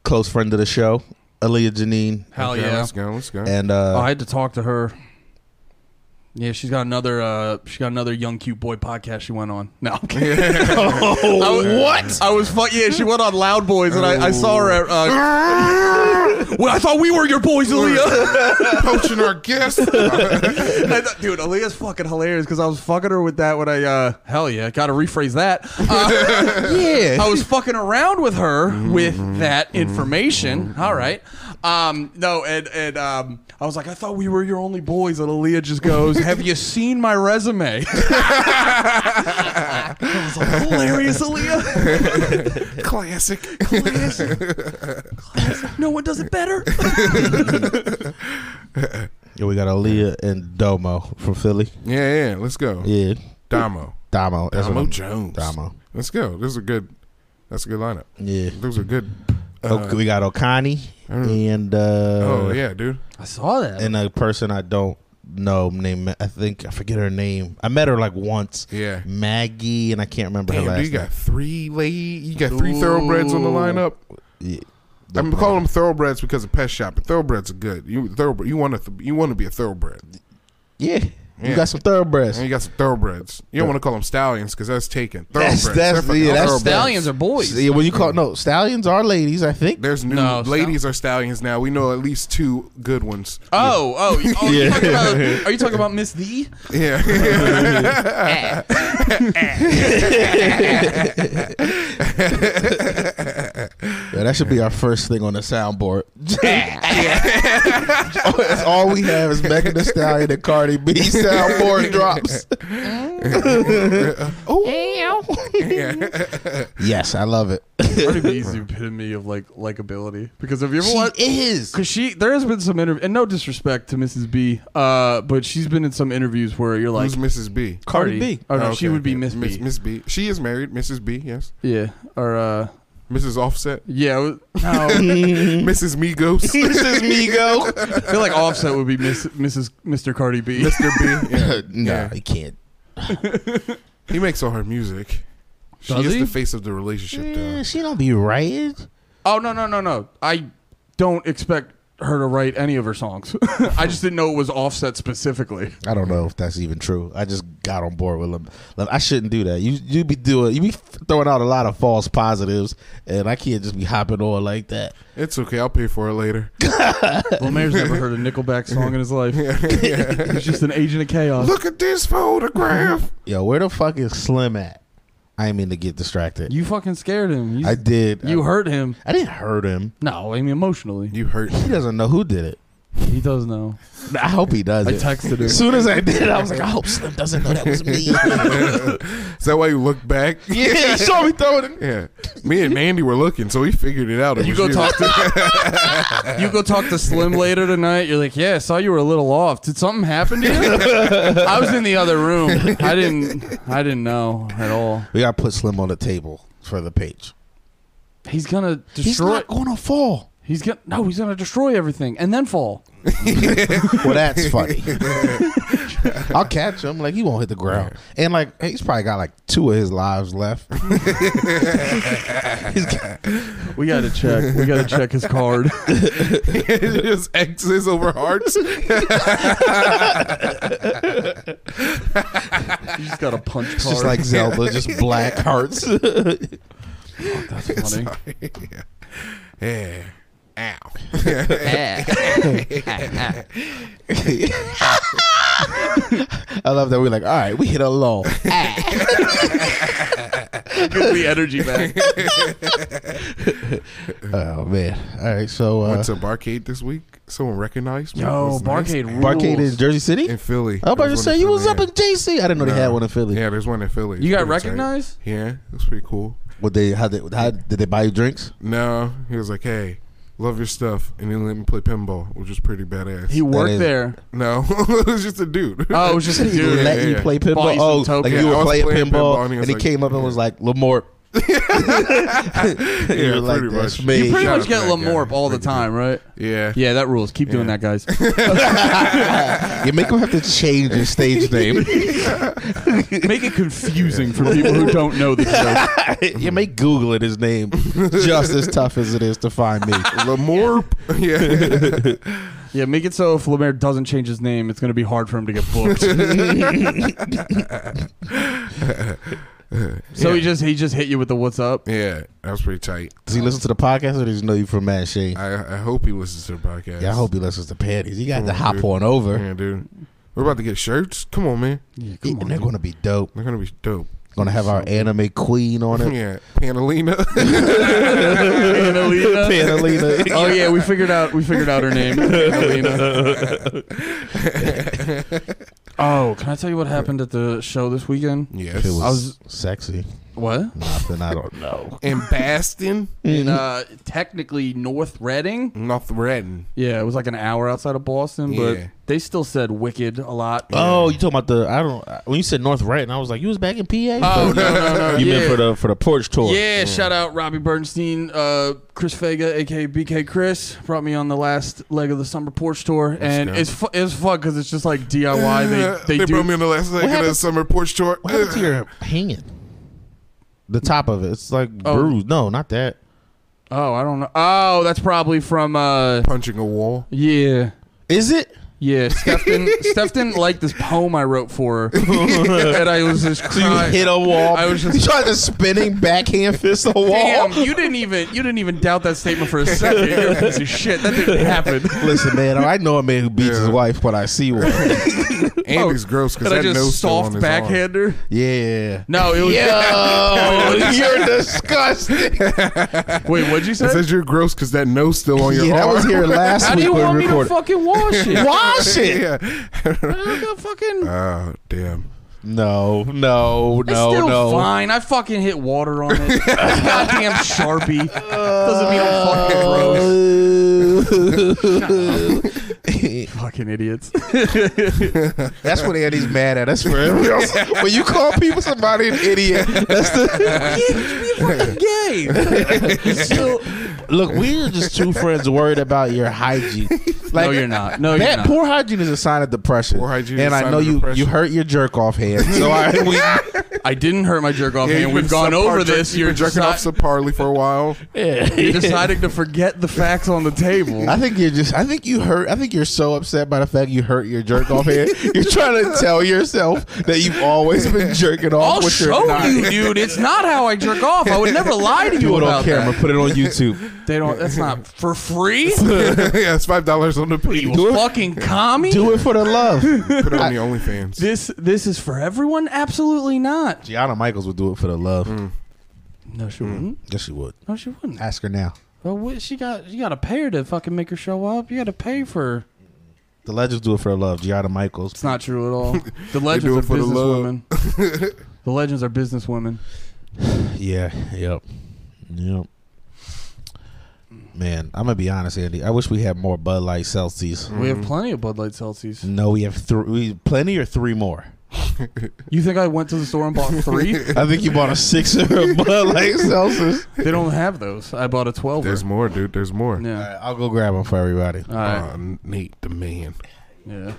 Speaker 1: Close friend of the show, Aaliyah Janine,
Speaker 2: Hell
Speaker 3: Okay,
Speaker 2: yeah!
Speaker 3: let's go, let's go.
Speaker 1: and uh,
Speaker 2: Oh, I had to talk to her. Yeah, she's got another. Uh, she got another young cute boy podcast she went on. No, I'm kidding.
Speaker 1: Oh,
Speaker 2: what? I was fuck. Yeah, she went on Loud Boys, and I, I saw her. At, uh, well, I thought we were your boys, Aaliyah.
Speaker 3: Poaching our guests.
Speaker 2: I thought- Dude, Aaliyah's fucking hilarious because I was fucking her with that when I. Uh, hell yeah, got to rephrase that. Uh,
Speaker 1: yeah,
Speaker 2: I was fucking around with her with that information. All right. Um, no, and, and um, I was like, I thought we were your only boys. And Aaliyah just goes, Have you seen my resume? I was like, Hilarious, Aaliyah.
Speaker 3: Classic.
Speaker 2: No one does it better.
Speaker 1: Yeah, we got Aaliyah and Domo from Philly.
Speaker 3: Yeah, yeah. Let's go.
Speaker 1: Yeah,
Speaker 3: Damo.
Speaker 1: Domo, that's what
Speaker 3: Damo
Speaker 1: I'm-
Speaker 3: Jones.
Speaker 1: Damo.
Speaker 3: Let's go. This is a good. That's a good lineup.
Speaker 1: Yeah.
Speaker 3: Those are good. uh,
Speaker 1: Ok- we got Okani and Oh, uh,
Speaker 3: oh yeah, dude.
Speaker 2: I saw that.
Speaker 1: and a person I don't know name. I think I forget her name. I met her like once.
Speaker 3: Yeah.
Speaker 1: Maggie and I can't remember her
Speaker 3: Damn,
Speaker 1: last
Speaker 3: dude, you got three lay. You got three thoroughbreds on the
Speaker 2: Ooh.
Speaker 3: lineup.
Speaker 1: name. Yeah.
Speaker 3: I'm calling them thoroughbreds because of pet shop, but thoroughbreds are good. You thoroughbred, you want to th- you want to be a thoroughbred,
Speaker 1: Yeah.
Speaker 3: Yeah.
Speaker 1: you got some thoroughbreds.
Speaker 3: and you got some thoroughbreds. You don't want to call them stallions because that's taken.
Speaker 1: That's-
Speaker 3: Thoroughbreds.
Speaker 1: that's-
Speaker 3: They're fucking
Speaker 1: yeah, that's
Speaker 3: thoroughbreds.
Speaker 2: Stallions are boys.
Speaker 1: Yeah, when you call no stallions are ladies, I think.
Speaker 3: There's new
Speaker 2: No, stal-
Speaker 3: ladies are stallions now. We know at least two good ones.
Speaker 2: Oh, oh, you- oh you talking about, are you talking about Miss The?
Speaker 3: Yeah,
Speaker 1: Yeah, that should be our first thing on the soundboard. Oh, That's all we have is Megan Thee Stallion and Cardi B soundboard drops. yes, I love it.
Speaker 2: Cardi B's the epitome of like likability. Because have you ever
Speaker 1: She
Speaker 2: watched?
Speaker 1: is.
Speaker 2: Cause she, there has been some interview, and no disrespect to Mrs. B, uh, but she's been in some interviews where you're like,
Speaker 3: who's Mrs. B?
Speaker 1: Cardi B.
Speaker 2: Oh no,
Speaker 3: Okay,
Speaker 2: she would be
Speaker 3: yeah,
Speaker 2: Miss B.
Speaker 3: Miss B. She is married. Mrs. B. Yes.
Speaker 2: Yeah, or uh,
Speaker 3: Mrs. Offset.
Speaker 2: yeah. I was- No,
Speaker 1: Mm-hmm.
Speaker 3: Mrs. Migos.
Speaker 1: This is Migo.
Speaker 2: I feel like Offset would be Miss, Mrs. Mr. Cardi B.
Speaker 3: Mr. B. Yeah.
Speaker 1: nah,
Speaker 3: Yeah.
Speaker 1: he can't.
Speaker 3: He makes all her music. She
Speaker 2: Does
Speaker 3: is
Speaker 2: he?
Speaker 3: the face of the relationship,
Speaker 1: Eh,
Speaker 3: though.
Speaker 1: she don't be right.
Speaker 2: Oh no no no no! I don't expect her to write any of her songs. I just didn't know it was Offset specifically.
Speaker 1: I don't know if that's even true. I just got on board with him. Like, I shouldn't do that. You you be doing you be throwing out a lot of false positives, and I can't just be hopping on like that.
Speaker 3: It's okay. I'll pay for it later.
Speaker 2: Well, Mayor's never heard a Nickelback song in his life. He's just an agent of chaos.
Speaker 3: Look at this photograph.
Speaker 1: Yo, where the fuck is Slim at? I didn't mean to get distracted.
Speaker 2: You fucking scared him. You,
Speaker 1: I did.
Speaker 2: you
Speaker 1: I,
Speaker 2: hurt him.
Speaker 1: I didn't hurt him.
Speaker 2: No, I mean emotionally.
Speaker 3: You hurt.
Speaker 1: He doesn't know who did it.
Speaker 2: He does know.
Speaker 1: I hope he does.
Speaker 2: I
Speaker 1: it.
Speaker 2: texted him.
Speaker 1: As soon as I did, I was like, I hope Slim doesn't know that was me.
Speaker 3: Is that why you look back?
Speaker 1: yeah, he saw me throwing it.
Speaker 3: Yeah. Me and Mandy were looking, so we figured it out. It
Speaker 2: You
Speaker 3: was
Speaker 2: go talk to you go talk to Slim later tonight. You're like, yeah, I saw you were a little off. Did something happen to you? I was in the other room. I didn't. I didn't know at all.
Speaker 1: We gotta put Slim on the table for the page.
Speaker 2: He's gonna
Speaker 1: He's
Speaker 2: destroy.
Speaker 1: not gonna fall.
Speaker 2: he's gonna no. He's gonna destroy everything and then fall.
Speaker 1: Well, that's funny. I'll catch him. Like he won't hit the ground, and like he's probably got like two of his lives left. He's got-
Speaker 2: We gotta check. We gotta check his card.
Speaker 3: Just X's over hearts.
Speaker 2: He's got a punch card.
Speaker 1: it's just like Zelda, just black hearts.
Speaker 2: that's funny.
Speaker 3: yeah. Ow.
Speaker 2: Yeah.
Speaker 1: I love that we're like, all right, we hit a lull.
Speaker 2: Get the energy back.
Speaker 1: oh man! All right, so uh,
Speaker 3: Went to Barcade this week. Someone recognized me. It
Speaker 2: Yo,
Speaker 3: was nice.
Speaker 2: Barcade rules.
Speaker 1: Barcade in Jersey City.
Speaker 3: in Philly.
Speaker 1: I was about to
Speaker 3: There's one
Speaker 1: say
Speaker 3: in
Speaker 1: you
Speaker 3: Philly,
Speaker 1: was up
Speaker 3: yeah.
Speaker 1: in JC. I didn't know they had
Speaker 3: No.
Speaker 1: one in Philly.
Speaker 3: Yeah, there's one in Philly.
Speaker 2: You got
Speaker 3: Pretty tight.
Speaker 2: recognized?
Speaker 3: Yeah, that's pretty cool.
Speaker 1: What they how they how did they buy you drinks?
Speaker 3: No, he was like, "Hey, love your stuff," and he let me play pinball, which was pretty badass.
Speaker 2: He worked
Speaker 1: is-
Speaker 2: there.
Speaker 3: no, it was just a dude.
Speaker 2: Oh, it was just a
Speaker 1: He
Speaker 2: dude.
Speaker 1: let
Speaker 3: yeah,
Speaker 1: you
Speaker 3: yeah.
Speaker 1: play
Speaker 2: Bought
Speaker 1: pinball.
Speaker 2: you some
Speaker 1: Oh,
Speaker 2: tokens.
Speaker 1: like
Speaker 2: Yeah,
Speaker 1: you
Speaker 3: I
Speaker 1: were
Speaker 3: was
Speaker 1: playing,
Speaker 3: playing
Speaker 1: pinball,
Speaker 3: pinball, and
Speaker 1: and,
Speaker 3: he was
Speaker 1: he
Speaker 3: like-
Speaker 1: came up and was like, "Lamore."
Speaker 3: yeah,
Speaker 1: you were like,
Speaker 3: pretty
Speaker 1: "That's
Speaker 3: much.
Speaker 1: me."
Speaker 2: You pretty
Speaker 3: Shout
Speaker 2: much
Speaker 3: out
Speaker 2: get
Speaker 3: to that guy.
Speaker 2: Lamorp all the
Speaker 3: Pretty good.
Speaker 2: time, right?
Speaker 3: Yeah,
Speaker 2: Yeah, that rules. Keep doing
Speaker 3: Yeah.
Speaker 2: that, guys.
Speaker 1: you make him have to change his stage name.
Speaker 2: Make it confusing for people who don't know the show.
Speaker 1: you may Google it his name. Just as tough as it is to find me.
Speaker 3: Lamorp. Yeah,
Speaker 2: Yeah, make it so if Lemaire doesn't change his name, it's going to be hard for him to get booked. so he just he just hit you with the what's up.
Speaker 3: yeah, that was pretty tight.
Speaker 1: Does he listen to the podcast or does he know you from Mad Shane?
Speaker 3: I I hope he listens to the podcast.
Speaker 1: Yeah, I hope he listens to panties. He got to
Speaker 3: Mm,
Speaker 1: hop
Speaker 3: dude.
Speaker 1: on over.
Speaker 3: Yeah, dude, we're about to get shirts. Come on, man,
Speaker 2: Yeah,
Speaker 1: and they're going to be dope.
Speaker 3: they're gonna be dope.
Speaker 1: Going to have our anime queen on it.
Speaker 3: Yeah, Panalina.
Speaker 2: Panalina.
Speaker 1: Panalina.
Speaker 2: Oh yeah, we figured out we figured out her name. Panalina. oh, can I tell you what happened at the show this weekend?
Speaker 1: If
Speaker 3: yes,
Speaker 1: it was,
Speaker 2: I was-
Speaker 1: sexy,
Speaker 2: What?
Speaker 1: nah, then I don't know.
Speaker 3: and Baston,
Speaker 2: In uh, technically North Reading.
Speaker 3: North Redden.
Speaker 2: Yeah, it was like an hour outside of Boston,
Speaker 3: Yeah.
Speaker 2: but they still said wicked a lot.
Speaker 1: Oh, you talking about the? I don't. When you said North Right, I was like, you was back in PA.
Speaker 2: Oh, no, no, no.
Speaker 1: you
Speaker 2: yeah.
Speaker 1: meant for the for the porch tour?
Speaker 2: Yeah, shout out Robbie Bernstein, uh, Chris Fega, aka BK Chris, brought me on the last leg of the summer porch tour, and
Speaker 3: go.
Speaker 2: it's fu- it's fun because it's just like DIY. They they, do.
Speaker 3: brought me on the last leg of the
Speaker 1: happened-
Speaker 3: summer porch tour.
Speaker 1: What happened to your hand? The top of it. It's like
Speaker 2: Oh.
Speaker 1: bruised. No, not that.
Speaker 2: oh, I don't know. Oh, that's probably from uh,
Speaker 3: punching a wall.
Speaker 2: yeah.
Speaker 1: Is it?
Speaker 2: Yeah, Steph didn't, Steph didn't like this poem I wrote for her, and I was just
Speaker 1: So you
Speaker 2: crying.
Speaker 1: hit a wall.
Speaker 2: I was just-
Speaker 1: you tried to spinning backhand fist a wall.
Speaker 2: Damn, you didn't even you didn't even doubt that statement for a second. You're a piece of shit. That didn't happen.
Speaker 1: Listen, man, I know a man who beats his
Speaker 3: Yeah.
Speaker 1: wife, but I see one.
Speaker 3: Andy's gross because
Speaker 2: Did
Speaker 3: that
Speaker 2: Oh, I
Speaker 3: nose
Speaker 2: just
Speaker 3: still on
Speaker 2: soft
Speaker 3: his arm.
Speaker 2: backhander?
Speaker 1: Yeah.
Speaker 2: No, it was.
Speaker 1: Yo, you're disgusting.
Speaker 2: Wait, what'd you
Speaker 3: It
Speaker 2: say?
Speaker 3: says you're gross because that nose still on your
Speaker 1: yeah, that
Speaker 3: arm.
Speaker 1: was here last
Speaker 2: How
Speaker 1: week
Speaker 2: do you
Speaker 1: when
Speaker 2: want
Speaker 1: we
Speaker 2: me to
Speaker 1: recorded.
Speaker 2: fucking wash it?
Speaker 1: Wash it.
Speaker 3: yeah.
Speaker 2: I got fucking.
Speaker 3: oh damn.
Speaker 1: No, no,
Speaker 2: It's
Speaker 1: no,
Speaker 2: still
Speaker 1: no.
Speaker 2: fine. I fucking hit water on it. Goddamn sharpie. Doesn't mean I'm fucking gross. Fucking idiots.
Speaker 1: that's when Andy's mad at us for everything else. When you call people somebody an idiot, that's the Look, we're just two friends worried about your hygiene. Like
Speaker 2: no, you're not. No, you're
Speaker 1: that
Speaker 2: not.
Speaker 1: poor hygiene is a sign of depression.
Speaker 3: Poor hygiene is
Speaker 1: and
Speaker 3: a
Speaker 1: I
Speaker 3: sign
Speaker 1: know
Speaker 3: of
Speaker 1: you
Speaker 3: depression.
Speaker 1: you hurt your jerk off hand. So I we,
Speaker 2: I didn't hurt my jerk off
Speaker 3: Yeah,
Speaker 2: hand.
Speaker 3: you've
Speaker 2: We've
Speaker 3: been
Speaker 2: gone
Speaker 3: subpar
Speaker 2: over
Speaker 3: jerk-
Speaker 2: this.
Speaker 3: You've
Speaker 2: You're
Speaker 3: been jerking off
Speaker 2: deci-
Speaker 3: some parley for a while.
Speaker 2: you're deciding to forget the facts on the table.
Speaker 1: I think you're just. I think you hurt. I think you're so upset by the fact you hurt your jerk off hand. You're trying to tell yourself that you've always been jerking off.
Speaker 2: I'll
Speaker 1: with your
Speaker 2: show
Speaker 1: not.
Speaker 2: you, dude. It's not how I jerk off. I would never lie to you
Speaker 1: Do it
Speaker 2: about
Speaker 1: on camera. Put it on YouTube.
Speaker 2: that. They don't. That's not for free.
Speaker 3: yeah, it's five dollars on the pee.
Speaker 2: You fucking commie.
Speaker 1: Do it for the love.
Speaker 3: Put it on the OnlyFans.
Speaker 2: This this is for everyone. Absolutely not.
Speaker 1: Gianna Michaels would do it for the love.
Speaker 3: Hmm.
Speaker 2: No, she wouldn't.
Speaker 1: Yes, she would.
Speaker 2: No, she wouldn't.
Speaker 1: Ask her now.
Speaker 2: Well, what, she got you got to pay her to fucking make her show up. You got to pay for.
Speaker 1: The legends do it for the love. Gianna Michaels.
Speaker 2: It's not true at all. The
Speaker 3: do
Speaker 2: legends
Speaker 3: it
Speaker 2: are
Speaker 3: for the
Speaker 2: businesswomen. the legends are businesswomen.
Speaker 1: Yeah. Yep. Yep. Man, I'm gonna be honest, Andy. I wish we had more Bud Light Celsius.
Speaker 2: We
Speaker 3: Mm-hmm.
Speaker 2: have plenty of Bud Light Celsius.
Speaker 1: No, we have three. We plenty or three more.
Speaker 2: You think I went to the store and bought three?
Speaker 1: I think you bought a six of Bud Light Celsius.
Speaker 2: they don't have those. I bought a twelve.
Speaker 3: There's more, dude. There's more.
Speaker 1: All
Speaker 2: Yeah.
Speaker 1: right, I'll go grab them for everybody.
Speaker 2: All right.
Speaker 3: Uh, Nate, the man.
Speaker 2: Yeah.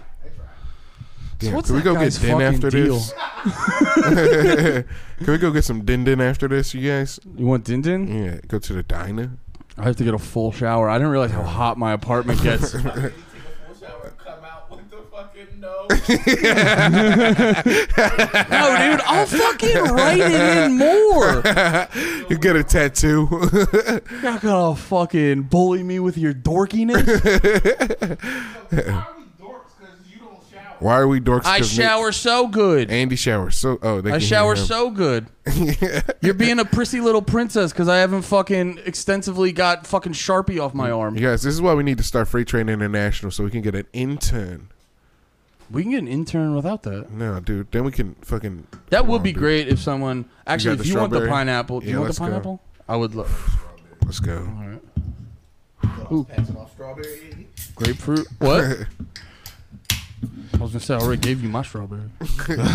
Speaker 3: Damn,
Speaker 2: what's
Speaker 3: can we
Speaker 2: that
Speaker 3: go get
Speaker 2: guy's
Speaker 3: din
Speaker 2: fucking
Speaker 3: after this? can we go get some din din after this, you guys?
Speaker 2: You want din din?
Speaker 3: Yeah, go to the diner.
Speaker 2: I have to get a full shower. I didn't realize how hot my apartment gets.
Speaker 4: Take a full shower, come out with the fucking no.
Speaker 2: No, dude, I'll fucking write it in more.
Speaker 3: you get a tattoo.
Speaker 2: You're not gonna fucking bully me with your dorkiness.
Speaker 4: Why are we dorks? Because you don't shower.
Speaker 3: Why are we dorks?
Speaker 2: I
Speaker 3: 'Cause me-
Speaker 2: shower so good.
Speaker 3: Andy showers. So oh, they
Speaker 2: I
Speaker 3: can hear
Speaker 2: shower
Speaker 3: him.
Speaker 2: so good. You're being a prissy little princess because I haven't fucking extensively got fucking Sharpie off my arm.
Speaker 3: You guys, this is why we need to start Freight Train International so we can get an intern.
Speaker 2: We can get an intern without that.
Speaker 3: No, dude. Then we can fucking.
Speaker 2: That
Speaker 3: Come
Speaker 2: would
Speaker 3: on,
Speaker 2: be
Speaker 3: dude.
Speaker 2: great if someone actually.
Speaker 3: got
Speaker 2: if
Speaker 3: the
Speaker 2: you want the
Speaker 3: strawberry?
Speaker 2: pineapple, do
Speaker 3: Yeah,
Speaker 2: you want
Speaker 3: let's
Speaker 2: the
Speaker 3: go.
Speaker 2: pineapple? I would love
Speaker 3: Let's go.
Speaker 2: grapefruit. What? I was gonna say I already gave you my strawberry.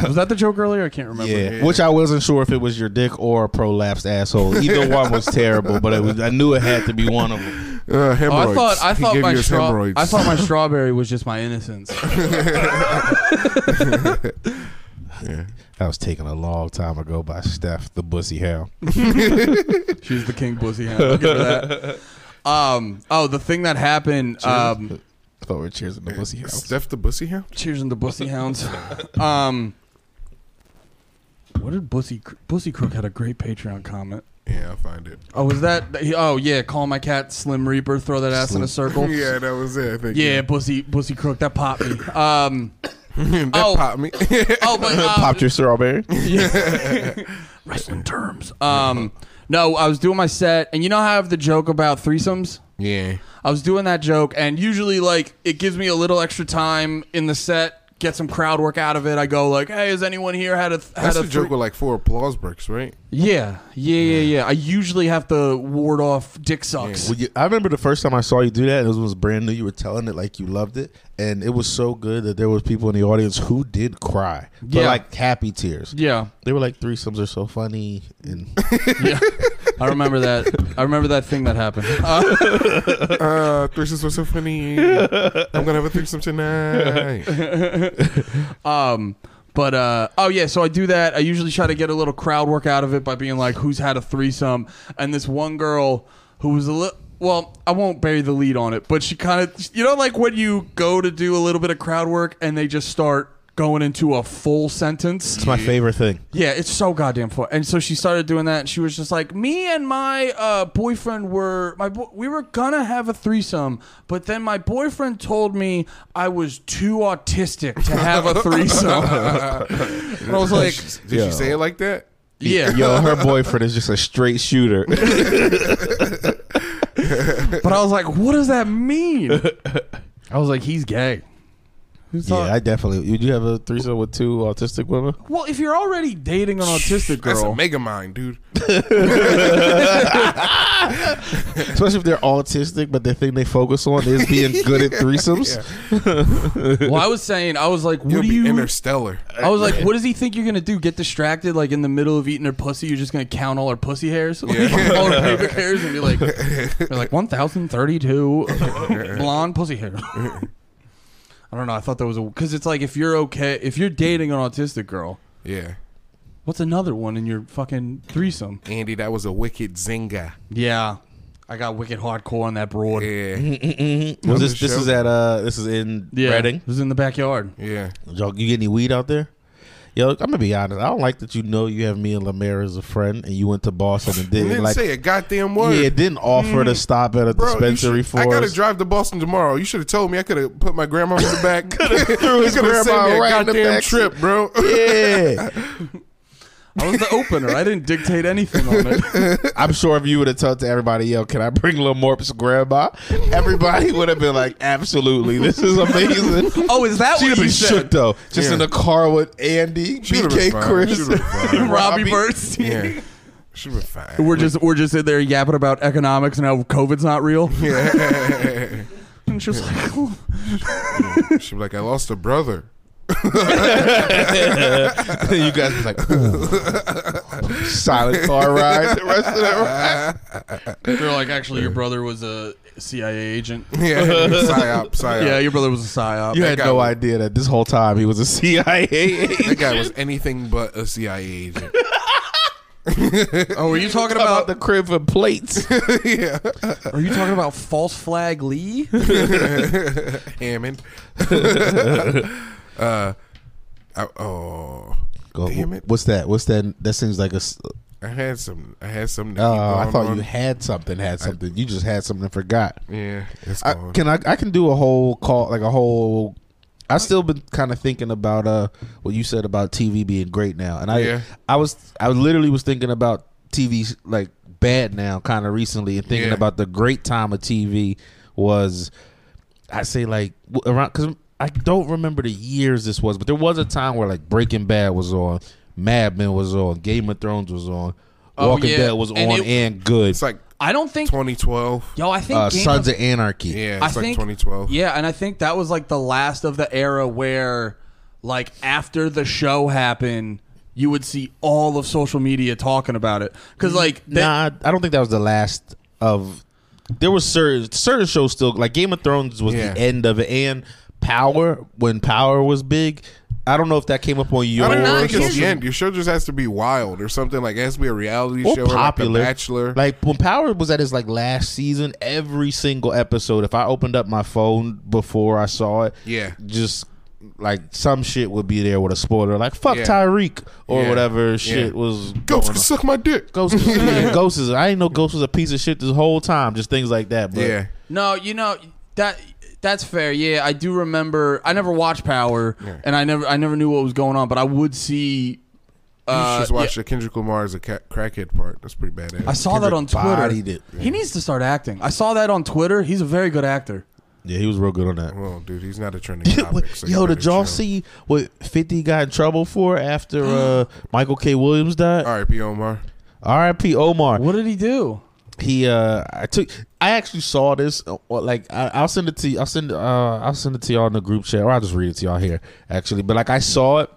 Speaker 2: was that the joke earlier? I can't remember.
Speaker 1: Yeah. which I wasn't sure if it was your dick or a prolapsed asshole. Either one was terrible, but it was, I knew it had to be one of them.
Speaker 3: Uh,
Speaker 2: Oh, I
Speaker 3: hemorrhoids.
Speaker 2: thought I
Speaker 3: He
Speaker 2: thought
Speaker 3: gave
Speaker 2: my
Speaker 3: you his
Speaker 2: stra-
Speaker 3: hemorrhoids.
Speaker 2: I thought my strawberry was just my innocence.
Speaker 3: Yeah.
Speaker 1: That was taken a long time ago by Steph the Bussy Hell.
Speaker 2: She's the king pussy hound. I'll give her that. Um. Oh, the thing that happened. Um.
Speaker 1: I thought we were cheers in the Bussy Hell.
Speaker 3: Steph the Bussy Hound?
Speaker 2: Cheers and the bussy hounds. Um. What did bussy Cro- bussy crook had a great Patreon comment?
Speaker 3: Yeah, I'll find it.
Speaker 2: Oh, was that? that he- Oh yeah, call my cat Slim Reaper. Throw that ass in a circle.
Speaker 3: Yeah, that was it. I think.
Speaker 2: Yeah, bussy bussy crook. That popped me. Um.
Speaker 3: that
Speaker 2: Oh.
Speaker 3: popped me.
Speaker 2: Oh, but um,
Speaker 1: Popped your strawberry.
Speaker 2: wrestling terms. Um. No, I was doing my set, and you know how I have the joke about threesomes.
Speaker 3: yeah.
Speaker 2: I was doing that joke, and usually, like, it gives me a little extra time in the set, get some crowd work out of it. I go like, "Hey, has anyone here had a th- had
Speaker 3: That's
Speaker 2: a
Speaker 3: the joke
Speaker 2: three-
Speaker 3: with like four applause breaks, right?
Speaker 2: Yeah, yeah, yeah, yeah. I usually have to ward off dick sucks.
Speaker 1: Well, you, I remember the first time I saw you do that. It was, was brand new. You were telling it like you loved it, and it was so good that there was people in the audience who did cry, but
Speaker 2: Yeah.
Speaker 1: like happy tears.
Speaker 2: Yeah,
Speaker 1: They were like threesomes are so funny, and
Speaker 2: yeah. I remember that. I remember that thing that happened. Uh,
Speaker 3: Uh, threesomes were so funny. I'm gonna have a threesome tonight.
Speaker 2: um, but uh, oh yeah, so I do that. I usually try to get a little crowd work out of it by being like, "Who's had a threesome?" And this one girl who was a little. Well, I won't bury the lead on it, but she kind of, you know, like when you go to do a little bit of crowd work and they just start going into a full sentence.
Speaker 1: it's my favorite thing.
Speaker 2: Yeah, it's so goddamn fun. And so she started doing that, and she was just like, "Me and my uh, boyfriend were my bo- we were gonna have a threesome, but then my boyfriend told me I was too autistic to have a threesome." and I was like,
Speaker 3: Did
Speaker 1: Yo.
Speaker 3: you say it like that?
Speaker 2: "Yeah,"
Speaker 1: Yo, her boyfriend is just a straight shooter.
Speaker 2: but I was like, "What does that mean?" I was like, "He's gay." Who's
Speaker 1: yeah,
Speaker 2: talk-
Speaker 1: I definitely. Would you have a threesome with two autistic women?
Speaker 2: well, if you're already dating an autistic
Speaker 3: That's a
Speaker 2: girl,
Speaker 3: mega mind, dude.
Speaker 1: Especially if they're autistic, but the thing they focus on is being good at threesomes.
Speaker 2: well, I was saying, I was like,
Speaker 3: You'll
Speaker 2: "What do
Speaker 3: be
Speaker 2: you?"
Speaker 3: interstellar.
Speaker 2: I was like, what does he think you're gonna do? Get distracted like in the middle of eating her pussy? You're just gonna count all her pussy hairs, like, all her pubic hairs, and be like, you're like 1,032 blonde pussy hair. I don't know. I thought that was a because it's like if you're okay, if you're dating an autistic girl,
Speaker 3: Yeah,
Speaker 2: what's another one in your fucking threesome?
Speaker 3: Andy, that was a wicked zinger.
Speaker 2: Yeah, I got wicked hardcore on that broad.
Speaker 3: Yeah,
Speaker 1: Was
Speaker 3: the
Speaker 1: this this
Speaker 3: show.
Speaker 1: is at uh this is in
Speaker 2: Yeah,
Speaker 1: Reading.
Speaker 2: it was in the backyard.
Speaker 3: yeah.
Speaker 1: Y'all, you get any weed out there? Yo, I'm gonna be honest. I don't like that you know you have me and Lamar as a friend, and you went to Boston and
Speaker 3: You
Speaker 1: didn't,
Speaker 3: didn't
Speaker 1: like.
Speaker 3: say a goddamn word. Mm.
Speaker 1: Yeah, didn't offer to stop at a
Speaker 3: Bro, you
Speaker 1: dispensary
Speaker 3: should-
Speaker 1: for
Speaker 3: I gotta
Speaker 1: us.
Speaker 3: drive to Boston tomorrow. You should have told me. I could have put my grandma in the back. threw
Speaker 1: his grandma right in the back
Speaker 3: trip, bro.
Speaker 1: yeah,
Speaker 2: I was the opener. I didn't dictate anything on it.
Speaker 1: I'm sure if you would have told to everybody, yo, can I bring Lil Morp's grandma? Everybody would have been like, absolutely, this is amazing.
Speaker 2: Oh, is that
Speaker 1: She'd
Speaker 2: what
Speaker 1: have
Speaker 2: you
Speaker 1: been
Speaker 2: said?
Speaker 1: shook though, just
Speaker 3: Yeah.
Speaker 1: in the car with Andy,
Speaker 3: She would've
Speaker 1: BK,
Speaker 3: been fine. She
Speaker 1: Chris,
Speaker 3: would've been fine.
Speaker 2: Robbie Bernstein.
Speaker 3: yeah, should have been fine.
Speaker 2: We're just we're just in there yapping about economics and how COVID's not real.
Speaker 3: Yeah.
Speaker 2: And she was like, "Oh."
Speaker 3: She'd be like, I lost a brother.
Speaker 1: you guys be like, "Ooh." silent car ride. The rest of that ride.
Speaker 2: they're like, actually, your brother was a CIA agent.
Speaker 3: Yeah, psyop, psyop.
Speaker 2: Yeah, your brother was a psyop.
Speaker 1: You
Speaker 3: That
Speaker 1: had
Speaker 3: guy
Speaker 1: no
Speaker 3: was-
Speaker 1: idea that this whole time he was a CIA agent.
Speaker 3: That guy was anything but a CIA agent.
Speaker 2: Oh, were you talking
Speaker 1: about
Speaker 2: about?
Speaker 1: the crib for plates.
Speaker 3: yeah,
Speaker 2: are you talking about false flag Lee?
Speaker 3: Hammond. Uh, I, oh,
Speaker 1: Go,
Speaker 3: damn it!
Speaker 1: What's that? What's that? That seems like a. s-
Speaker 3: I had some. I had some.
Speaker 1: Oh, I thought you had something. Had something. you just had something. and Forgot.
Speaker 3: Yeah, it's
Speaker 1: I,
Speaker 3: gone.
Speaker 1: can I? I can do a whole call, like a whole. I've still been kind of thinking about uh what you said about TV being great now, and I
Speaker 3: Yeah.
Speaker 1: I was I literally was thinking about TV like bad now, kind of recently, and thinking
Speaker 3: Yeah.
Speaker 1: about the great time of TV was. I say like w- around because I don't remember the years this was, but there was a time where like Breaking Bad was on, Mad Men was on, Game of Thrones was on,
Speaker 2: Oh,
Speaker 1: Walking
Speaker 2: yeah.
Speaker 1: Dead was on,
Speaker 2: And
Speaker 1: and,
Speaker 2: it-
Speaker 1: good.
Speaker 3: it's like
Speaker 2: I don't think.
Speaker 3: 2012.
Speaker 2: Yo, I think
Speaker 1: Uh,
Speaker 2: Game
Speaker 1: Sons
Speaker 2: of-
Speaker 1: of Anarchy.
Speaker 3: Yeah, it's
Speaker 2: I
Speaker 3: like
Speaker 2: think-
Speaker 3: 2012.
Speaker 2: yeah, and I think that was like the last of the era where, like, after the show happened, you would see all of social media talking about it because, like, they-
Speaker 1: nah, I don't think that was the last of. There was certain certain shows still like Game of Thrones was
Speaker 3: Yeah.
Speaker 1: the end of it, and Power when Power was big. I don't know if that came up on your
Speaker 3: I don't
Speaker 2: Nah,
Speaker 3: know. It's just
Speaker 2: here's-
Speaker 3: the end. Your show just has to be wild or something. Like, it has to be a reality
Speaker 1: or
Speaker 3: show,
Speaker 1: popular.
Speaker 3: like The Bachelor.
Speaker 1: Like, when Power was at his like last season, every single episode, if I opened up my phone before I saw it,
Speaker 3: Yeah.
Speaker 1: just like some shit would be there with a spoiler, like "fuck
Speaker 3: Yeah.
Speaker 1: Tyreek" or
Speaker 3: Yeah.
Speaker 1: whatever
Speaker 3: Yeah.
Speaker 1: shit was
Speaker 3: Ghost
Speaker 1: going
Speaker 3: can
Speaker 1: on.
Speaker 3: suck my dick.
Speaker 1: Ghost, is, yeah, Ghost is. I didn't know Ghost was a piece of shit this whole time. Just things like that. But
Speaker 3: Yeah.
Speaker 2: No, you know that that's fair. Yeah, I do remember. I never watched Power, and I never I never knew what was going on, but I would see.
Speaker 3: you should
Speaker 2: Uh,
Speaker 3: just watch the Kendrick Lamar's a ca- crackhead part. That's pretty badass.
Speaker 2: I saw that on
Speaker 1: bodied
Speaker 2: Twitter.
Speaker 1: it, man.
Speaker 2: He needs to start acting. I saw that on Twitter. He's a very good actor.
Speaker 1: Yeah, he was real good on that.
Speaker 3: Well, dude, he's not a trending topic. so you
Speaker 1: Yo,
Speaker 3: better
Speaker 1: did y'all
Speaker 3: chill.
Speaker 1: see what Fifty got in trouble for after uh, Michael K. Williams died?
Speaker 3: R.I.P. Omar.
Speaker 1: R.I.P. Omar.
Speaker 2: What did he do?
Speaker 1: He uh, I took. I actually saw this. uh, well, Like, I, I'll send it to. You, I'll send. Uh, I'll send it to y'all in the group chat, or I'll just read it to y'all here. Actually, but like, I saw it.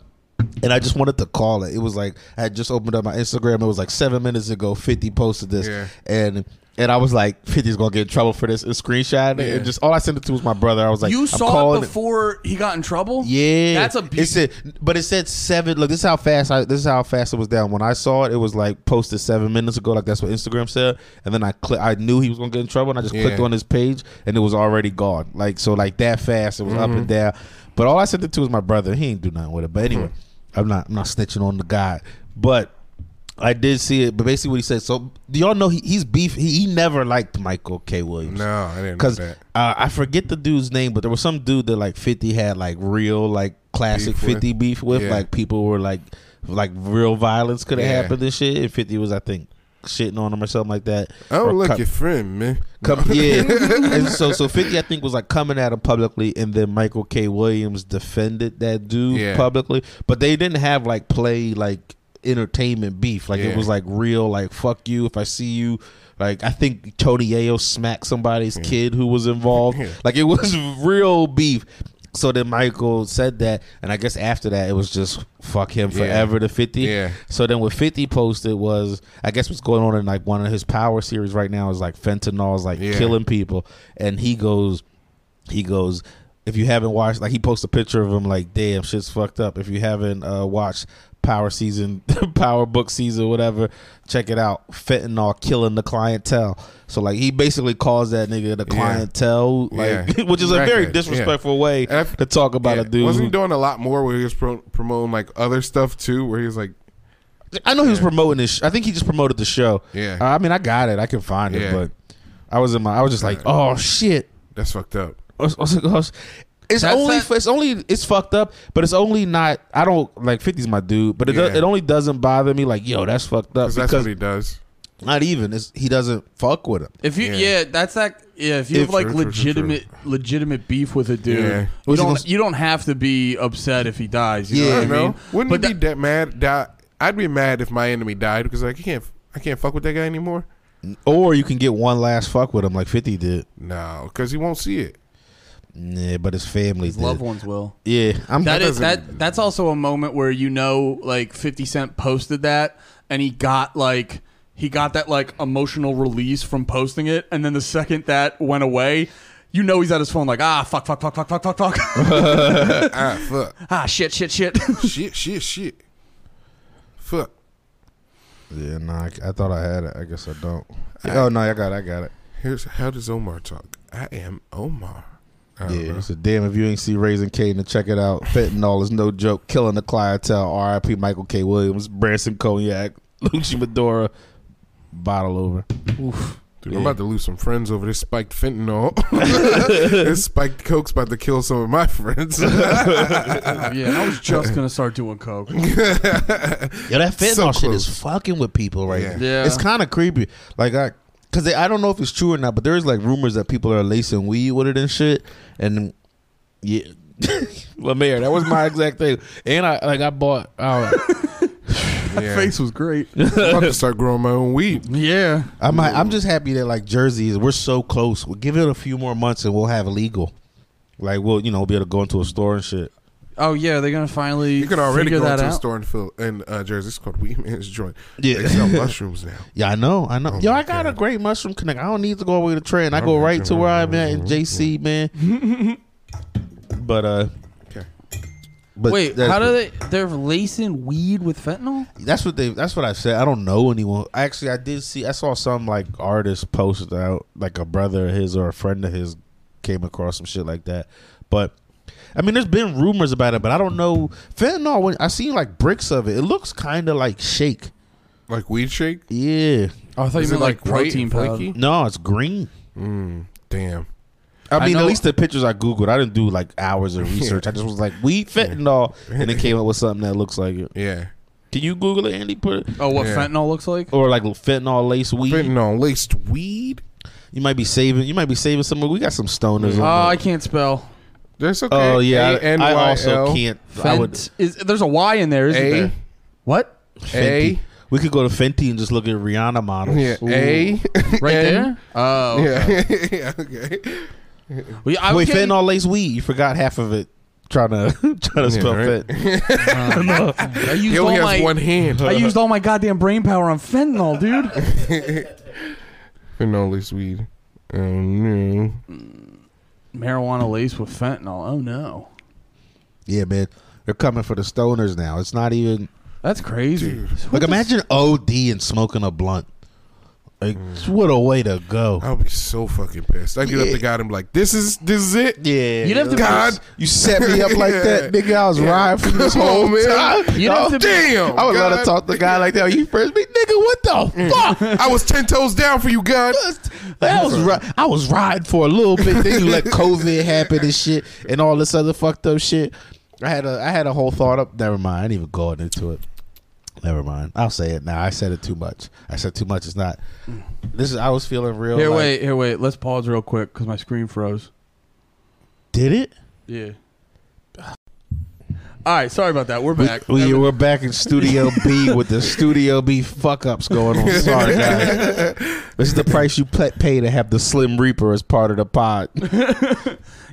Speaker 1: And I just wanted to call it. It was like I had just opened up my Instagram. It was like seven minutes ago. Fifty posted this,
Speaker 3: Yeah.
Speaker 1: and and I was like, 50's gonna get in trouble for this." And screenshot it,
Speaker 3: Yeah.
Speaker 1: and just all I sent it to was my brother. I was like,
Speaker 2: you
Speaker 1: I'm
Speaker 2: saw it
Speaker 1: calling
Speaker 2: before he got in trouble.
Speaker 1: Yeah,
Speaker 2: that's a
Speaker 1: It said, but it said seven. Look, this is how fast. I, this is how fast it was down. When I saw it, it was like posted seven minutes ago. Like that's what Instagram said. And then I click. I knew he was gonna get in trouble, and I just clicked
Speaker 3: Yeah.
Speaker 1: on his page, and it was already gone. Like so, like that fast. It was up and down. But all I sent it to was my brother. He ain't do nothing with it. But anyway, I'm not. I'm not snitching on the guy. But I did see it. But basically, what he said. So do y'all know he, he's beef? He, he never liked Michael K. Williams.
Speaker 3: No, I didn't know
Speaker 1: Because
Speaker 3: that.
Speaker 1: uh, I forget the dude's name, but there was some dude that like Fifty had like real like classic
Speaker 3: Beef with.
Speaker 1: Fifty beef with.
Speaker 3: Yeah.
Speaker 1: Like people were like like real violence could have
Speaker 3: Yeah.
Speaker 1: happened and shit. And Fifty was I think shitting on him or something like that.
Speaker 3: Oh,
Speaker 1: Or
Speaker 3: look,
Speaker 1: cut-
Speaker 3: your friend, man.
Speaker 1: Come, yeah. and so so 50 I think was like coming at him publicly and then Michael K Williams defended that dude
Speaker 3: Yeah.
Speaker 1: publicly, but they didn't have like play like entertainment beef. Like it
Speaker 3: Yeah.
Speaker 1: was like real like fuck you if I see you like I think Tony Ayo smacked somebody's kid who was involved.
Speaker 3: Yeah.
Speaker 1: Like it was real beef. So then Michael said that, and I guess after that it was just fuck him
Speaker 3: Yeah.
Speaker 1: forever to fifty.
Speaker 3: Yeah.
Speaker 1: So then what 50 posted was, I guess what's going on in like one of his power series right now is like fentanyl is like
Speaker 3: Yeah.
Speaker 1: killing people. And he goes, he goes, if you haven't watched, like he posts a picture of him like, damn, shit's fucked up. If you haven't uh, watched Power Season, Power Book Season, whatever, check it out. Fentanyl killing the clientele. So like he basically calls that nigga the clientele, like
Speaker 3: Yeah.
Speaker 1: which is a very
Speaker 3: Record. Yeah.
Speaker 1: disrespectful way
Speaker 3: And I've-
Speaker 1: to talk about
Speaker 3: Yeah.
Speaker 1: a dude.
Speaker 3: Wasn't
Speaker 1: who-
Speaker 3: he doing a lot more where he was pro- promoting like other stuff too? Where he was like,
Speaker 1: I know he was promoting this. Sh- I think he just promoted the show.
Speaker 3: Yeah.
Speaker 1: Uh, I mean, I got it. I can find it,
Speaker 3: Yeah.
Speaker 1: but I was in my. I was just like, oh shit.
Speaker 3: "That's fucked up."
Speaker 1: I was- I was like, oh, sh- It's
Speaker 2: That's
Speaker 1: only.
Speaker 2: that-
Speaker 1: It's only. It's fucked up, but it's only not. I don't like. 50's my dude, but it. do-
Speaker 3: Yeah.
Speaker 1: it only doesn't bother me. Like, yo, that's fucked up
Speaker 3: Because that's
Speaker 1: because
Speaker 3: what he does.
Speaker 1: not even. It's, he doesn't fuck with him.
Speaker 2: If you yeah.
Speaker 3: Yeah.
Speaker 2: that's that yeah, if you
Speaker 1: If-
Speaker 2: have like
Speaker 3: True, true, true, true.
Speaker 2: legitimate legitimate beef with a dude,
Speaker 3: Yeah.
Speaker 2: you
Speaker 1: What's he
Speaker 2: don't
Speaker 1: gonna-
Speaker 2: you don't have to be upset if he dies. You
Speaker 1: Yeah.
Speaker 3: I
Speaker 2: know what I
Speaker 3: don't know.
Speaker 2: mean?
Speaker 3: Wouldn't
Speaker 2: but
Speaker 3: you be that mad? Die- I'd be mad if my enemy died because like I can't, I can't fuck with that guy anymore.
Speaker 1: Or you can get one last fuck with him, like Fifty did.
Speaker 3: No, because he won't see it.
Speaker 1: Yeah, but his family
Speaker 2: his
Speaker 1: did.
Speaker 2: loved ones will.
Speaker 1: Yeah, I'm.
Speaker 2: That is
Speaker 3: doesn't-
Speaker 2: that that's also a moment where you know like 50 Cent posted that and he got like he got that like emotional release from posting it and then the second that went away you know he's at his phone like ah fuck fuck fuck fuck fuck fuck fuck
Speaker 3: ah, fuck.
Speaker 2: ah shit shit shit
Speaker 3: shit, shit, shit. Fuck.
Speaker 1: Yeah, no, I, I thought I had it. I guess I don't. oh no, I got. it. I got it.
Speaker 3: Here's how does Omar talk. I am Omar. I don't
Speaker 1: Yeah,
Speaker 3: know.
Speaker 1: it's a damn if you ain't see Raising Kane to check it out. Fentanyl is no joke. Killing the clientele. R.I.P. Michael K. Williams, Branson Cognac, Lucci Medora. Bottle over.
Speaker 3: Dude,
Speaker 1: Yeah.
Speaker 3: I'm about to lose some friends over this spiked fentanyl. this spiked coke's about to kill some of my friends.
Speaker 2: yeah, I was just gonna start doing coke.
Speaker 1: Yo, that fentanyl
Speaker 3: So
Speaker 1: shit
Speaker 3: close.
Speaker 1: is fucking with people right
Speaker 3: Yeah.
Speaker 1: now.
Speaker 2: Yeah.
Speaker 1: It's kind of creepy. Like, I, cause they, I don't know if it's true or not, but there's like rumors that people are lacing weed with it and shit. And yeah, Lemaire, that was my exact thing. And I, like, I bought, uh,
Speaker 3: yeah.
Speaker 2: Face was great.
Speaker 3: I'm about to start growing my own weed.
Speaker 2: Yeah,
Speaker 1: I might, I'm just happy that like Jersey is, we're so close. We'll give it a few more months and we'll have legal. Like, we'll, you know, be able to go into a store and shit.
Speaker 2: Oh yeah, they're gonna finally
Speaker 3: You can already
Speaker 2: figure
Speaker 3: go
Speaker 2: that
Speaker 3: to a
Speaker 2: out.
Speaker 3: store in, Phil- in uh, Jersey. It's called Weed Man's Joint. They
Speaker 1: Yeah.
Speaker 3: sell mushrooms now.
Speaker 1: Yeah, I know, I know.
Speaker 3: Oh
Speaker 1: Yo,
Speaker 3: my
Speaker 1: I got
Speaker 3: God.
Speaker 1: a great mushroom connect. I don't need to go away to train. I
Speaker 3: Oh
Speaker 1: go
Speaker 3: my
Speaker 1: right to
Speaker 3: God.
Speaker 1: where I'm at in JC, man. but uh,
Speaker 3: Okay.
Speaker 1: but
Speaker 2: Wait,
Speaker 1: that's
Speaker 2: how do
Speaker 1: what-
Speaker 2: they? They're lacing weed with fentanyl?
Speaker 1: That's what they. That's what I said. I don't know anyone. Actually, I did see. I saw some like artist post out, like a brother of his or a friend of his came across some shit like that. But I mean, there's been rumors about it, but I don't know fentanyl. When I seen like bricks of it, it looks kind of like shake.
Speaker 3: Like weed shake?
Speaker 1: Yeah.
Speaker 2: Oh, I thought
Speaker 3: Is it like, white and flaky?
Speaker 1: No, it's green.
Speaker 3: Mm, damn.
Speaker 1: I
Speaker 2: I
Speaker 1: mean,
Speaker 2: know-
Speaker 1: at least the pictures I googled. I didn't do like hours of research. I just was like weed fentanyl, and it came up with something that looks like it.
Speaker 3: Yeah.
Speaker 1: Can you Google it, Andy? Put it,
Speaker 2: Oh, what
Speaker 3: Yeah.
Speaker 2: fentanyl looks like?
Speaker 1: or like fentanyl lace weed.
Speaker 3: Fentanyl laced weed?
Speaker 1: You might be saving. You might be saving some. We got some stoners.
Speaker 2: Oh,
Speaker 1: on
Speaker 2: I
Speaker 1: there.
Speaker 2: can't spell.
Speaker 3: That's okay.
Speaker 1: Oh yeah, I-
Speaker 3: A-N-Y-L.
Speaker 1: I also can't.
Speaker 2: Fent
Speaker 1: I would
Speaker 2: is there's a Y in there, isn't
Speaker 3: A.
Speaker 2: there? What?
Speaker 1: Fenty. We could go to Fenty and just look at Rihanna models.
Speaker 3: Yeah. A.
Speaker 2: Right
Speaker 3: N.
Speaker 2: there? Oh,
Speaker 3: Yeah. yeah. Okay.
Speaker 2: Well, yeah, I
Speaker 1: Wait,
Speaker 2: was getting-
Speaker 1: fentanyl lace weed. You forgot half of it. Trying to trying to
Speaker 3: Yeah,
Speaker 1: spell
Speaker 3: right.
Speaker 1: fent.
Speaker 2: I used
Speaker 3: He
Speaker 2: all
Speaker 3: only has
Speaker 2: my
Speaker 3: one hand.
Speaker 2: I used all my goddamn brain power on fentanyl, dude.
Speaker 3: Fentanyl laced weed. Oh, no.
Speaker 2: Marijuana laced with fentanyl. Oh no,
Speaker 1: Yeah, man. They're coming for the stoners now. It's not even
Speaker 2: that's crazy. What
Speaker 1: like
Speaker 2: the
Speaker 1: imagine OD and smoking a blunt. Like what a way to go.
Speaker 3: I'll be so fucking pissed. I get up
Speaker 1: Yeah.
Speaker 3: to God and be like, this is this is it?
Speaker 1: Yeah,
Speaker 2: You'd have to be-
Speaker 1: God, you set me up like that,
Speaker 3: Yeah.
Speaker 1: nigga. I was riding for this
Speaker 3: Come
Speaker 1: whole
Speaker 3: on, man.
Speaker 1: time. Oh,
Speaker 2: You'd have to be-
Speaker 3: Damn.
Speaker 1: I would love
Speaker 3: God.
Speaker 1: to talk to a guy like that. You first me, nigga. What
Speaker 2: Mm.
Speaker 1: the fuck?
Speaker 3: I was ten toes down for you, God.
Speaker 1: That was
Speaker 2: Mm.
Speaker 1: ri- I was riding for a little bit. Then you let COVID happen and shit, and all this other fucked up shit. I had a I had a whole thought up. Never mind. I didn't even go into it. Never mind. I'll say it now. I said it too much. I said too much. It's not. This is. I was feeling real.
Speaker 2: Here,
Speaker 1: like-
Speaker 2: wait, here, wait. Let's pause real quick because my screen froze.
Speaker 1: Did it?
Speaker 2: Yeah. All right, sorry about that. We're
Speaker 1: We,
Speaker 2: back.
Speaker 1: we, we're back in Studio B with the Studio B fuck ups going on. Sorry, guys. This is the price you pla- pay to have the Slim Reaper as part of the pod.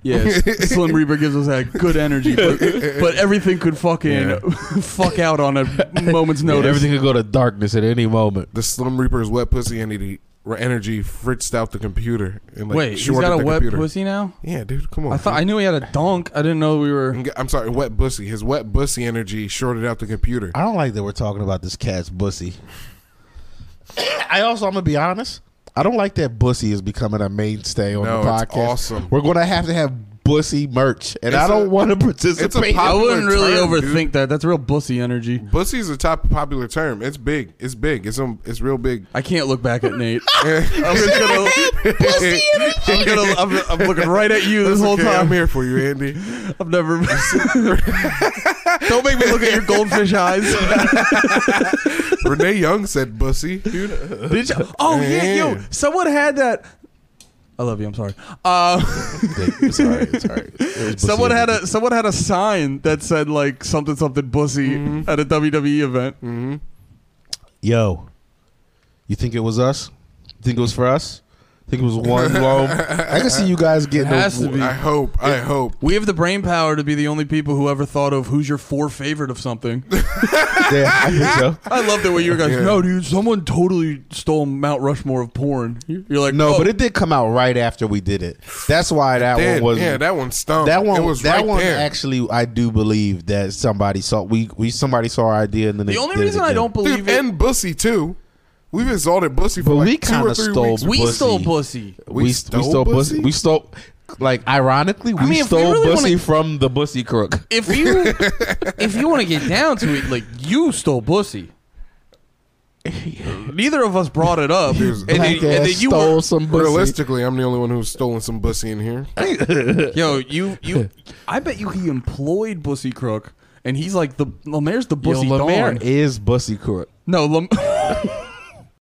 Speaker 2: Yes, Slim Reaper gives us that good energy, but, but everything could fucking
Speaker 3: Yeah.
Speaker 2: fuck out on a moment's notice.
Speaker 1: Everything could go to darkness at any moment.
Speaker 3: The Slim Reaper's wet pussy energy, energy fritzed out the computer. And like
Speaker 2: Wait, he's
Speaker 3: shorted
Speaker 2: got a
Speaker 3: the
Speaker 2: wet
Speaker 3: computer.
Speaker 2: pussy now.
Speaker 3: Yeah, dude, come on.
Speaker 2: I thought I knew he had a dunk. I didn't know we were.
Speaker 3: I'm sorry, wet pussy. His wet pussy energy shorted out the computer.
Speaker 1: I don't like that we're talking about this cat's bussy. I also, I'm gonna be honest. I don't like that bussy is becoming a mainstay on
Speaker 3: No,
Speaker 1: the
Speaker 3: it's
Speaker 1: podcast.
Speaker 3: awesome.
Speaker 1: We're gonna have to have bussy merch, and I
Speaker 3: It's
Speaker 1: don't
Speaker 3: a-
Speaker 1: want to
Speaker 3: it's a
Speaker 1: participate.
Speaker 2: I
Speaker 3: pop-
Speaker 2: wouldn't really
Speaker 3: term,
Speaker 2: overthink
Speaker 3: dude.
Speaker 2: that. That's real bussy energy.
Speaker 3: Bussy is a top popular term. It's big. It's big. It's um, it's real big.
Speaker 2: I can't look back at Nate. I'm just gonna. I'm gonna. I'm, I'm looking right at you this whole
Speaker 3: Okay, I'm
Speaker 2: time.
Speaker 3: here for you, Andy.
Speaker 2: I've never. Don't make me look at your goldfish eyes.
Speaker 3: Renee Young said bussy, dude.
Speaker 2: Did you? Oh yeah, yo,
Speaker 3: Man.
Speaker 2: someone had that. I love you. I'm sorry. Uh,
Speaker 1: it's alright. It's alright.
Speaker 2: someone had a someone had a sign that said like something something bussy at a WWE event.
Speaker 1: yo. You think it was us? Think it was for us? Think it was one long? I can see you guys getting.
Speaker 2: has
Speaker 1: a,
Speaker 2: to be.
Speaker 3: I hope. I hope.
Speaker 2: We have the brain power to be the only people who ever thought of who's your four favorite of something.
Speaker 1: Yeah, I think so.
Speaker 2: I love the way you guys.
Speaker 3: Yeah.
Speaker 2: No, dude, someone totally stole Mount Rushmore of porn. You're like,
Speaker 1: No,
Speaker 2: oh,
Speaker 1: but it did come out right after we did it. That's why that
Speaker 3: Dead.
Speaker 1: one was.
Speaker 3: yeah, that one stunk.
Speaker 1: That one
Speaker 3: Oh, It was
Speaker 1: that
Speaker 3: right
Speaker 1: one
Speaker 3: there.
Speaker 1: actually I do believe that somebody saw we we somebody saw our idea and then
Speaker 2: the
Speaker 1: they
Speaker 2: only
Speaker 1: did it
Speaker 2: reason I
Speaker 1: again.
Speaker 2: don't believe
Speaker 3: Dude,
Speaker 2: it.
Speaker 3: and Bussy too. We've exalted Bussy for
Speaker 1: But
Speaker 3: like
Speaker 1: we
Speaker 3: two or
Speaker 1: kinda
Speaker 3: three
Speaker 1: stole
Speaker 3: weeks.
Speaker 2: we
Speaker 1: Bussy.
Speaker 2: stole pussy.
Speaker 1: we, we
Speaker 3: stole
Speaker 1: stole
Speaker 3: pussy?
Speaker 1: pussy. we stole like ironically, we
Speaker 2: mean, if we
Speaker 1: stole
Speaker 2: really
Speaker 1: pussy
Speaker 2: wanna-
Speaker 1: from the pussy crook.
Speaker 2: If you if you want to get down to it, like you stole pussy. Neither of us brought it up, and,
Speaker 3: Here's-
Speaker 2: then, and then you
Speaker 1: stole
Speaker 2: were,
Speaker 1: some pussy.
Speaker 3: Realistically, I'm the only one who's stolen some bussy in here.
Speaker 2: yo, you you. I bet you he employed Bussy Crook, and he's like the Lemaire's the
Speaker 1: Yo,
Speaker 2: Bussy
Speaker 1: Lemaire
Speaker 2: Don.
Speaker 1: is pussy crook.
Speaker 2: No, Lem-